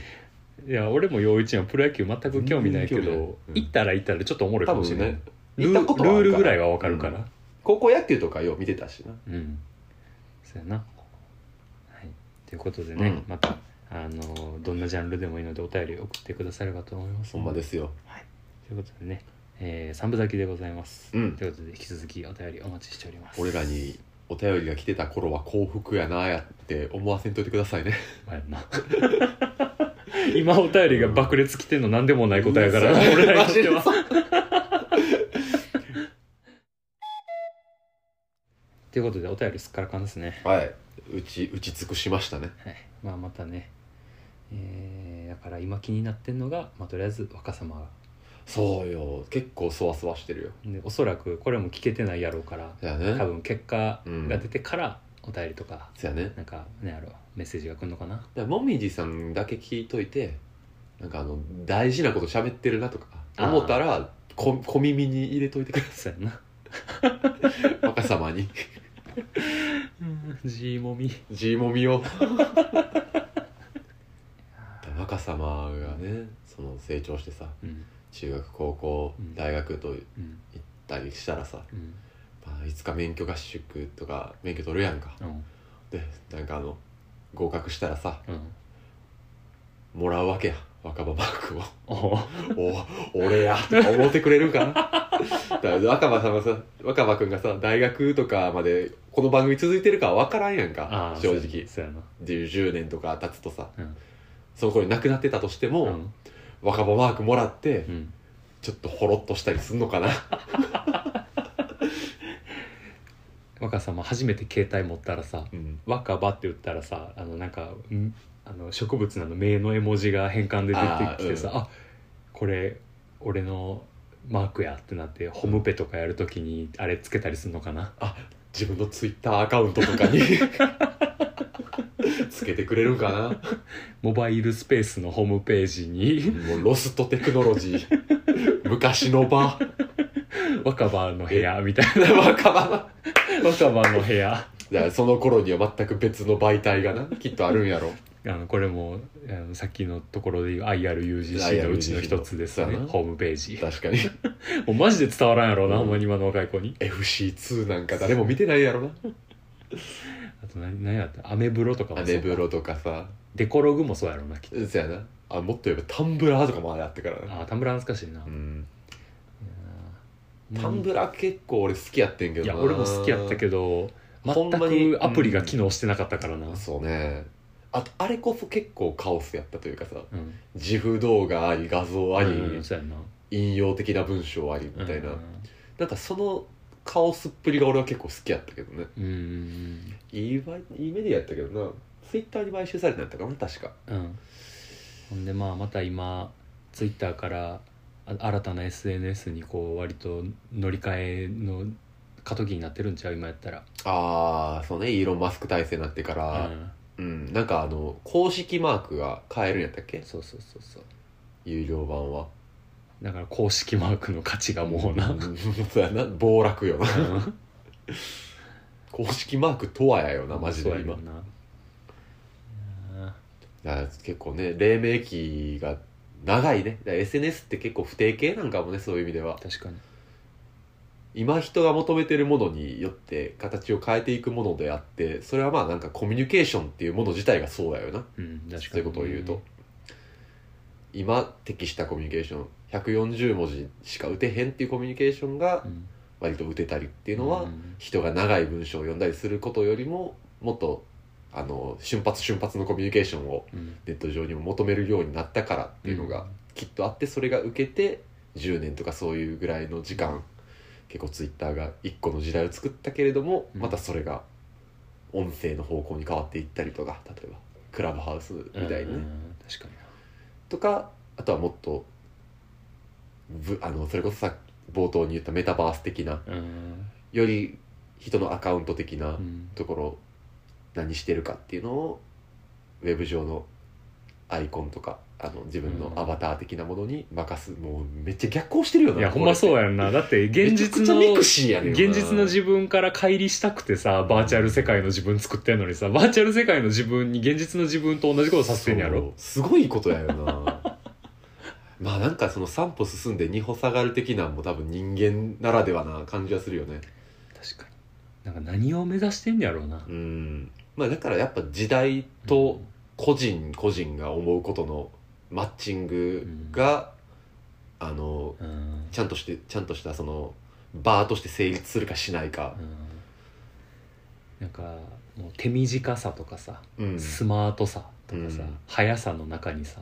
[SPEAKER 2] らん
[SPEAKER 1] いや俺も陽一はプロ野球全く興味ないけ
[SPEAKER 2] 全然興味ない
[SPEAKER 1] ど、
[SPEAKER 2] うん
[SPEAKER 1] 行ったら行ったらちょっとおもろいか
[SPEAKER 2] 多
[SPEAKER 1] もしれ
[SPEAKER 2] 分
[SPEAKER 1] ない
[SPEAKER 2] ね
[SPEAKER 1] ル
[SPEAKER 2] 行ったことはあ
[SPEAKER 1] ール
[SPEAKER 2] るから
[SPEAKER 1] ぐらいはわかるから、
[SPEAKER 2] うん高校野球とかよう見てたしな
[SPEAKER 1] うんそうやなはいということでね、
[SPEAKER 2] うん
[SPEAKER 1] またあのどんなジャンルでもいいのでお便り送ってくださればと思います
[SPEAKER 2] ほんまですすよ
[SPEAKER 1] ということでね、えー、三部咲きでございます、
[SPEAKER 2] うん
[SPEAKER 1] ということで引き続きお便りお待ちしております
[SPEAKER 2] 俺らにお便りが来てた頃は幸福やなやって思わせんといてくださいね
[SPEAKER 1] まあやんな [laughs] 今お便りが爆裂来てんの何でもない答えやからな
[SPEAKER 2] [laughs] うん
[SPEAKER 1] 俺らにとっては
[SPEAKER 2] マジ
[SPEAKER 1] ということでお便りすっからかんですね
[SPEAKER 2] はいうち打ち尽くしましたね
[SPEAKER 1] はい、まあまたね、えーだから今気になってんのが、まあ、とりあえず若様が
[SPEAKER 2] そうよ結構そわそわしてるよ
[SPEAKER 1] でおそらくこれも聞けてないやろうから
[SPEAKER 2] じゃあね
[SPEAKER 1] 多分結果が出てからお便りとか、
[SPEAKER 2] そやね
[SPEAKER 1] なんかねやろうメッセージが来るのかな [laughs]
[SPEAKER 2] だからもみじさんだけ聞いといてなんかあの大事なこと喋ってるなとか
[SPEAKER 1] あー
[SPEAKER 2] 思ったらこ小耳に入れと
[SPEAKER 1] [laughs]
[SPEAKER 2] いてくだ
[SPEAKER 1] そうやな
[SPEAKER 2] さい若様に
[SPEAKER 1] ジーモミ
[SPEAKER 2] じもみを若様がねその成長してさ
[SPEAKER 1] うん
[SPEAKER 2] 中学高校
[SPEAKER 1] うん
[SPEAKER 2] 大学と行
[SPEAKER 1] うん
[SPEAKER 2] ったりしたらさ、
[SPEAKER 1] うん
[SPEAKER 2] まあ、いつか免許合宿とか免許取るやんか
[SPEAKER 1] うん
[SPEAKER 2] でなんかあの合格したらさ
[SPEAKER 1] うん
[SPEAKER 2] もらうわけや若葉マークを
[SPEAKER 1] [laughs] おう
[SPEAKER 2] お俺やとか思ってくれるんかな [laughs] だから若葉さんがさ若葉君がさ大学とかまでこの番組続いてるかは分からんやん
[SPEAKER 1] あ
[SPEAKER 2] か
[SPEAKER 1] あ
[SPEAKER 2] 正直
[SPEAKER 1] そうやな
[SPEAKER 2] 10年とか経つとさ
[SPEAKER 1] うん
[SPEAKER 2] その頃に亡くなってたとしても、
[SPEAKER 1] うん
[SPEAKER 2] 若葉マークもらって
[SPEAKER 1] うん
[SPEAKER 2] ちょっとほろっとしたりすん
[SPEAKER 1] [laughs]
[SPEAKER 2] のかな
[SPEAKER 1] 若さんも初めて携帯持ったらさ
[SPEAKER 2] うん
[SPEAKER 1] 若葉って打ったらさあのなんかんあの植物なの名の絵文字が変換で出てきてさ
[SPEAKER 2] あ
[SPEAKER 1] あ,、これ俺のマークやってなってホムペとかやるときにあれつけたりするのかな
[SPEAKER 2] 自分のツイッターアカウントとかにつけてくれるん
[SPEAKER 1] [laughs]
[SPEAKER 2] かな
[SPEAKER 1] モバイルスペースのホームページに
[SPEAKER 2] もうロストテクノロジー昔の場 [laughs]
[SPEAKER 1] 若葉の部屋みたい
[SPEAKER 2] 若葉マ
[SPEAKER 1] な若葉の部屋
[SPEAKER 2] だからその頃には全く別の媒
[SPEAKER 1] [laughs]
[SPEAKER 2] 体がなきっとあるんやろ
[SPEAKER 1] あのこれもあのさっきのところで言う IRUGC のうちの一つですね
[SPEAKER 2] IRUGC
[SPEAKER 1] ホームページ
[SPEAKER 2] 確かに
[SPEAKER 1] もうマジで伝わらんやろうな、
[SPEAKER 2] うん
[SPEAKER 1] ほんまに今の若い子に
[SPEAKER 2] FC2 なんか誰も見てないやろな
[SPEAKER 1] あと何何やったアメブロとかも
[SPEAKER 2] ア
[SPEAKER 1] そう
[SPEAKER 2] メ
[SPEAKER 1] か
[SPEAKER 2] ブロとかさ
[SPEAKER 1] デコログもそうやろうなきっと
[SPEAKER 2] そうやなあもっと言えばタンブラーとかもあれあってから
[SPEAKER 1] あ
[SPEAKER 2] な
[SPEAKER 1] ータンブラー懐かしいな、
[SPEAKER 2] うん
[SPEAKER 1] いやー
[SPEAKER 2] タンブラー結構俺好きやってんけど
[SPEAKER 1] い
[SPEAKER 2] な
[SPEAKER 1] や俺も好きやったけど
[SPEAKER 2] ほ
[SPEAKER 1] 全
[SPEAKER 2] んまに
[SPEAKER 1] くアプリが機能してなかったからな、うん
[SPEAKER 2] そうねあとあれこそ結構カオスやったというかさ自負動画あり画像あり、
[SPEAKER 1] うんそうやな
[SPEAKER 2] 引用的な文章ありみたいな、
[SPEAKER 1] うん
[SPEAKER 2] なんかそのカオスっぷりが俺は結構好きやったけどね
[SPEAKER 1] うんうん
[SPEAKER 2] いいばいいいメディアやったけどなツイッターに買収されたんやったかな確か
[SPEAKER 1] うんうんほんでまあまた今ツイッターからあ新たな SNS にこう割と乗り換えの過渡期になってるんちゃう今やったら
[SPEAKER 2] ああそうねイーロン・マスク体制になってか
[SPEAKER 1] う
[SPEAKER 2] ら
[SPEAKER 1] ん
[SPEAKER 2] うん、なんかあの公式マークが買えるんやったっけ
[SPEAKER 1] そうそうそうそう
[SPEAKER 2] 有料版 [laughs] は
[SPEAKER 1] だから公式マークの価値がもうな、
[SPEAKER 2] んそうやな暴落よな
[SPEAKER 1] うん
[SPEAKER 2] 公式マークとはやよなマジで
[SPEAKER 1] そうや
[SPEAKER 2] 今
[SPEAKER 1] ろうなうん
[SPEAKER 2] だから結構ね黎明期が長いねだから SNS って結構不定形なんかもねそういう意味では
[SPEAKER 1] 確かに
[SPEAKER 2] 今人が求めてるものによって形を変えていくものであってそれはまあなんかコミュニケーションっていうもの自体がそうだよな
[SPEAKER 1] うん確かに
[SPEAKER 2] そういうことを言うと今適したコミュニケーション140文字しか打てへんっていうコミュニケーションが
[SPEAKER 1] うん
[SPEAKER 2] 割と打てたりっていう
[SPEAKER 1] うん
[SPEAKER 2] のは人が長い文章を読んだりすることよりももっとあの瞬発瞬発のコミュニケーションを
[SPEAKER 1] うん
[SPEAKER 2] ネット上にも求めるようになったからっていうのがきっとあってそれが受けて10年とかそういうぐらいの時間結構ツイッターが一個の時代を作ったけれども
[SPEAKER 1] うん
[SPEAKER 2] またそれが音声の方向に変わっていったりとか例えばクラブハウスみたいに
[SPEAKER 1] うんう
[SPEAKER 2] ね
[SPEAKER 1] ん確かにな
[SPEAKER 2] とかあとはもっとぶあのそれこそさ冒頭に言ったメタバース的な
[SPEAKER 1] うん
[SPEAKER 2] より人のアカウント的な
[SPEAKER 1] うん
[SPEAKER 2] ところ何してるかっていうのをウェブ上のアイコンとかあの自分のアバター的なものに任す、もうめっちゃ逆行してるよない
[SPEAKER 1] やほんまそう
[SPEAKER 2] や
[SPEAKER 1] やんなだって現実
[SPEAKER 2] めちゃくちゃ
[SPEAKER 1] の
[SPEAKER 2] ミクシーやねんな
[SPEAKER 1] 現実の自分から乖離したくてさバーチャル世界の自分作ってんのにさバーチャル世界の自分に現実の自分と同じことさせてんやろ
[SPEAKER 2] すごいことやよな [laughs] まあなんかその3歩進んで2歩下がる的なんも多分人間ならではな感じはするよね
[SPEAKER 1] 確かになんか何を目指してんやろうな
[SPEAKER 2] うんまあだからやっぱ時代と個人個人が思うことのマッチングが、あの
[SPEAKER 1] うん
[SPEAKER 2] ちゃんとしてちゃんとしたそのバーとして成立するかしないか
[SPEAKER 1] う、んなんかもう手短さとかさ
[SPEAKER 2] うん
[SPEAKER 1] スマートさとかさ
[SPEAKER 2] うん
[SPEAKER 1] 速さの中にさ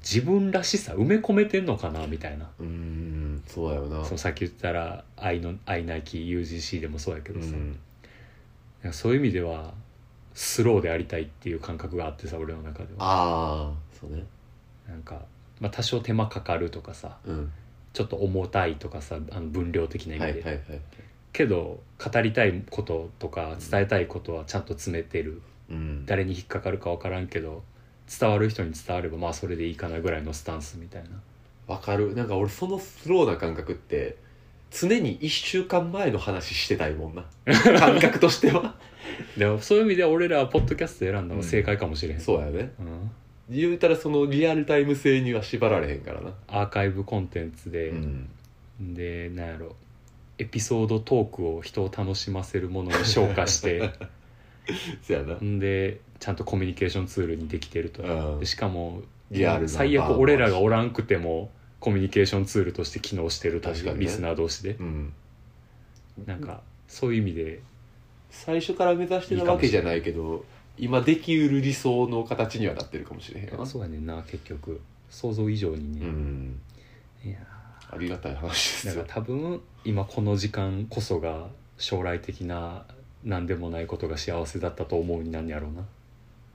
[SPEAKER 1] 自分らしさ埋め込めてんのかなみたいな
[SPEAKER 2] うんそうだよな
[SPEAKER 1] そのさっき言ったら「愛の愛なき UGC」でもそうやけ
[SPEAKER 2] う
[SPEAKER 1] どさ、
[SPEAKER 2] ん、
[SPEAKER 1] なんかそういう意味ではスローでありたいっていう感覚があってさ俺の中では
[SPEAKER 2] ああそうね
[SPEAKER 1] なんか、まあ、多少手間かかるとかさ
[SPEAKER 2] うん
[SPEAKER 1] ちょっと重たいとかさあの分量的な意
[SPEAKER 2] はい
[SPEAKER 1] 味
[SPEAKER 2] は
[SPEAKER 1] で、
[SPEAKER 2] いはい
[SPEAKER 1] けど語りたいこととか伝えたいことはちゃんと詰めてる、
[SPEAKER 2] うん
[SPEAKER 1] 誰に引っかかるか分からんけど伝わる人に伝わればまあそれでいいかなぐらいのスタンスみたいな
[SPEAKER 2] わかるなんか俺そのスローな感覚って常に1週間前の話してたいもん [laughs] な感覚としては
[SPEAKER 1] でもそういう意味では俺らはポッドキャスト選んだの
[SPEAKER 2] うん
[SPEAKER 1] が正解かもしれへん、
[SPEAKER 2] そうやね
[SPEAKER 1] うん
[SPEAKER 2] 言うたらそのリアルタイム性には縛られへんからな
[SPEAKER 1] アーカイブコンテンツで、
[SPEAKER 2] うん
[SPEAKER 1] でなんやろエピソードトークを人を楽しませるものに昇華して
[SPEAKER 2] [laughs] そうやなん
[SPEAKER 1] でちゃんとコミュニケーションツールにできてると、
[SPEAKER 2] うん
[SPEAKER 1] でしかも
[SPEAKER 2] リアルな
[SPEAKER 1] 最悪俺らがおらんくてもコミュニケーションツールとして機能してるとい
[SPEAKER 2] 確か
[SPEAKER 1] う
[SPEAKER 2] にね
[SPEAKER 1] リスナー同士で、
[SPEAKER 2] うん、
[SPEAKER 1] なんかそういう意味で
[SPEAKER 2] 最初から目指してたわけじゃないけど今できうる理想の形にはなってるかもしれへんよな
[SPEAKER 1] そうやねんな結局想像以上に
[SPEAKER 2] う
[SPEAKER 1] ね、
[SPEAKER 2] ん
[SPEAKER 1] いや
[SPEAKER 2] ありがたい話
[SPEAKER 1] ー
[SPEAKER 2] で
[SPEAKER 1] だか
[SPEAKER 2] すよ
[SPEAKER 1] ら多分今この時間こそが将来的な何でもないことが幸せだったと思うになんやろうな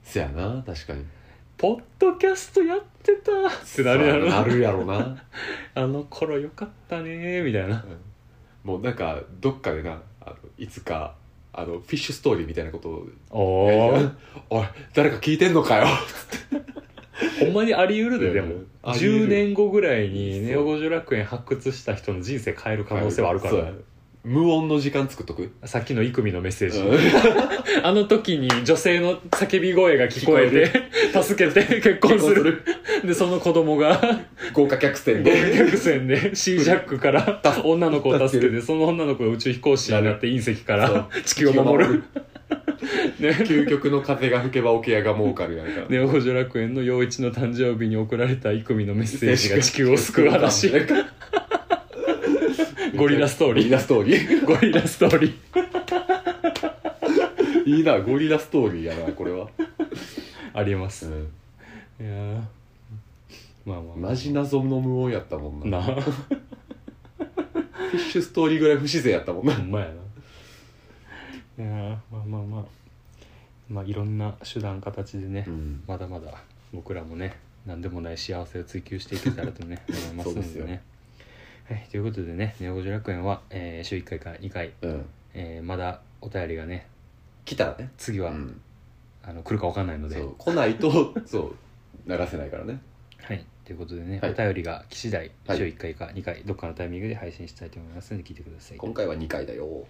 [SPEAKER 2] せやな確かに
[SPEAKER 1] ポッドキャストやってたってなるやろ
[SPEAKER 2] そうなるや
[SPEAKER 1] [laughs]
[SPEAKER 2] ろな
[SPEAKER 1] あの頃よかったねーみたいな
[SPEAKER 2] うんもうなんかどっかでなあのいつかあのフィッシュストーリーみたいなことを
[SPEAKER 1] お
[SPEAKER 2] いやい
[SPEAKER 1] ー
[SPEAKER 2] やおい誰か聞いてんのかよ
[SPEAKER 1] ほんまにあり得るででも
[SPEAKER 2] うんあり得る
[SPEAKER 1] 10年後ぐらいに
[SPEAKER 2] そう
[SPEAKER 1] ネオ五条楽園発掘した人の人生変える可能性はあるか
[SPEAKER 2] そうや
[SPEAKER 1] ら
[SPEAKER 2] 無音の時間作っとく
[SPEAKER 1] さっきのイクミのメッセージ
[SPEAKER 2] うん
[SPEAKER 1] あの時に女性の叫び声が聞こえ
[SPEAKER 2] 聞
[SPEAKER 1] て助けて結婚するでその子供が
[SPEAKER 2] 豪華客船
[SPEAKER 1] ゴミ
[SPEAKER 2] で
[SPEAKER 1] 客船 [laughs] で C ジャックから女の子を助けてその女の子が宇宙飛行士になって隕石から地球を守るね
[SPEAKER 2] 究極の風が吹けば桶屋が儲かるやんか
[SPEAKER 1] ネオ五条楽園の陽一の誕生日に送られたイクミのメッセージが地球を救う [laughs] 話ゴリラストー
[SPEAKER 2] ゴリ
[SPEAKER 1] リ
[SPEAKER 2] ラ
[SPEAKER 1] ー
[SPEAKER 2] ストーリー [laughs]
[SPEAKER 1] ゴリラストーリー
[SPEAKER 2] いいなゴリラストーリーやなこれは、
[SPEAKER 1] あります、
[SPEAKER 2] うん、
[SPEAKER 1] いやーまあまあ
[SPEAKER 2] マジ謎の無音やったもんな
[SPEAKER 1] なほ
[SPEAKER 2] フィッシュストーリーぐらい不自然やったもんなん
[SPEAKER 1] まやないやーまあまあまあまあいろんな手段形でね、
[SPEAKER 2] うん
[SPEAKER 1] まだまだ僕らもね何でもない幸せを追求していけたらと
[SPEAKER 2] [laughs]
[SPEAKER 1] ね思います
[SPEAKER 2] そう
[SPEAKER 1] の
[SPEAKER 2] です
[SPEAKER 1] で
[SPEAKER 2] よ
[SPEAKER 1] ねはい、ということでね「ネオ五条楽園は」えー週1回から2回、
[SPEAKER 2] うん
[SPEAKER 1] えーまだお便りがね
[SPEAKER 2] 来たらね
[SPEAKER 1] 次
[SPEAKER 2] う
[SPEAKER 1] は、
[SPEAKER 2] ん
[SPEAKER 1] あの来るか分かんないので
[SPEAKER 2] そう来ない [laughs] とそう流せないからね
[SPEAKER 1] はい、ということでね、
[SPEAKER 2] はい
[SPEAKER 1] お便りが来次第
[SPEAKER 2] はい
[SPEAKER 1] 週1回か2回、どっかのタイミングで配信したいと思いますので聞いてください。
[SPEAKER 2] 今回は2回だよ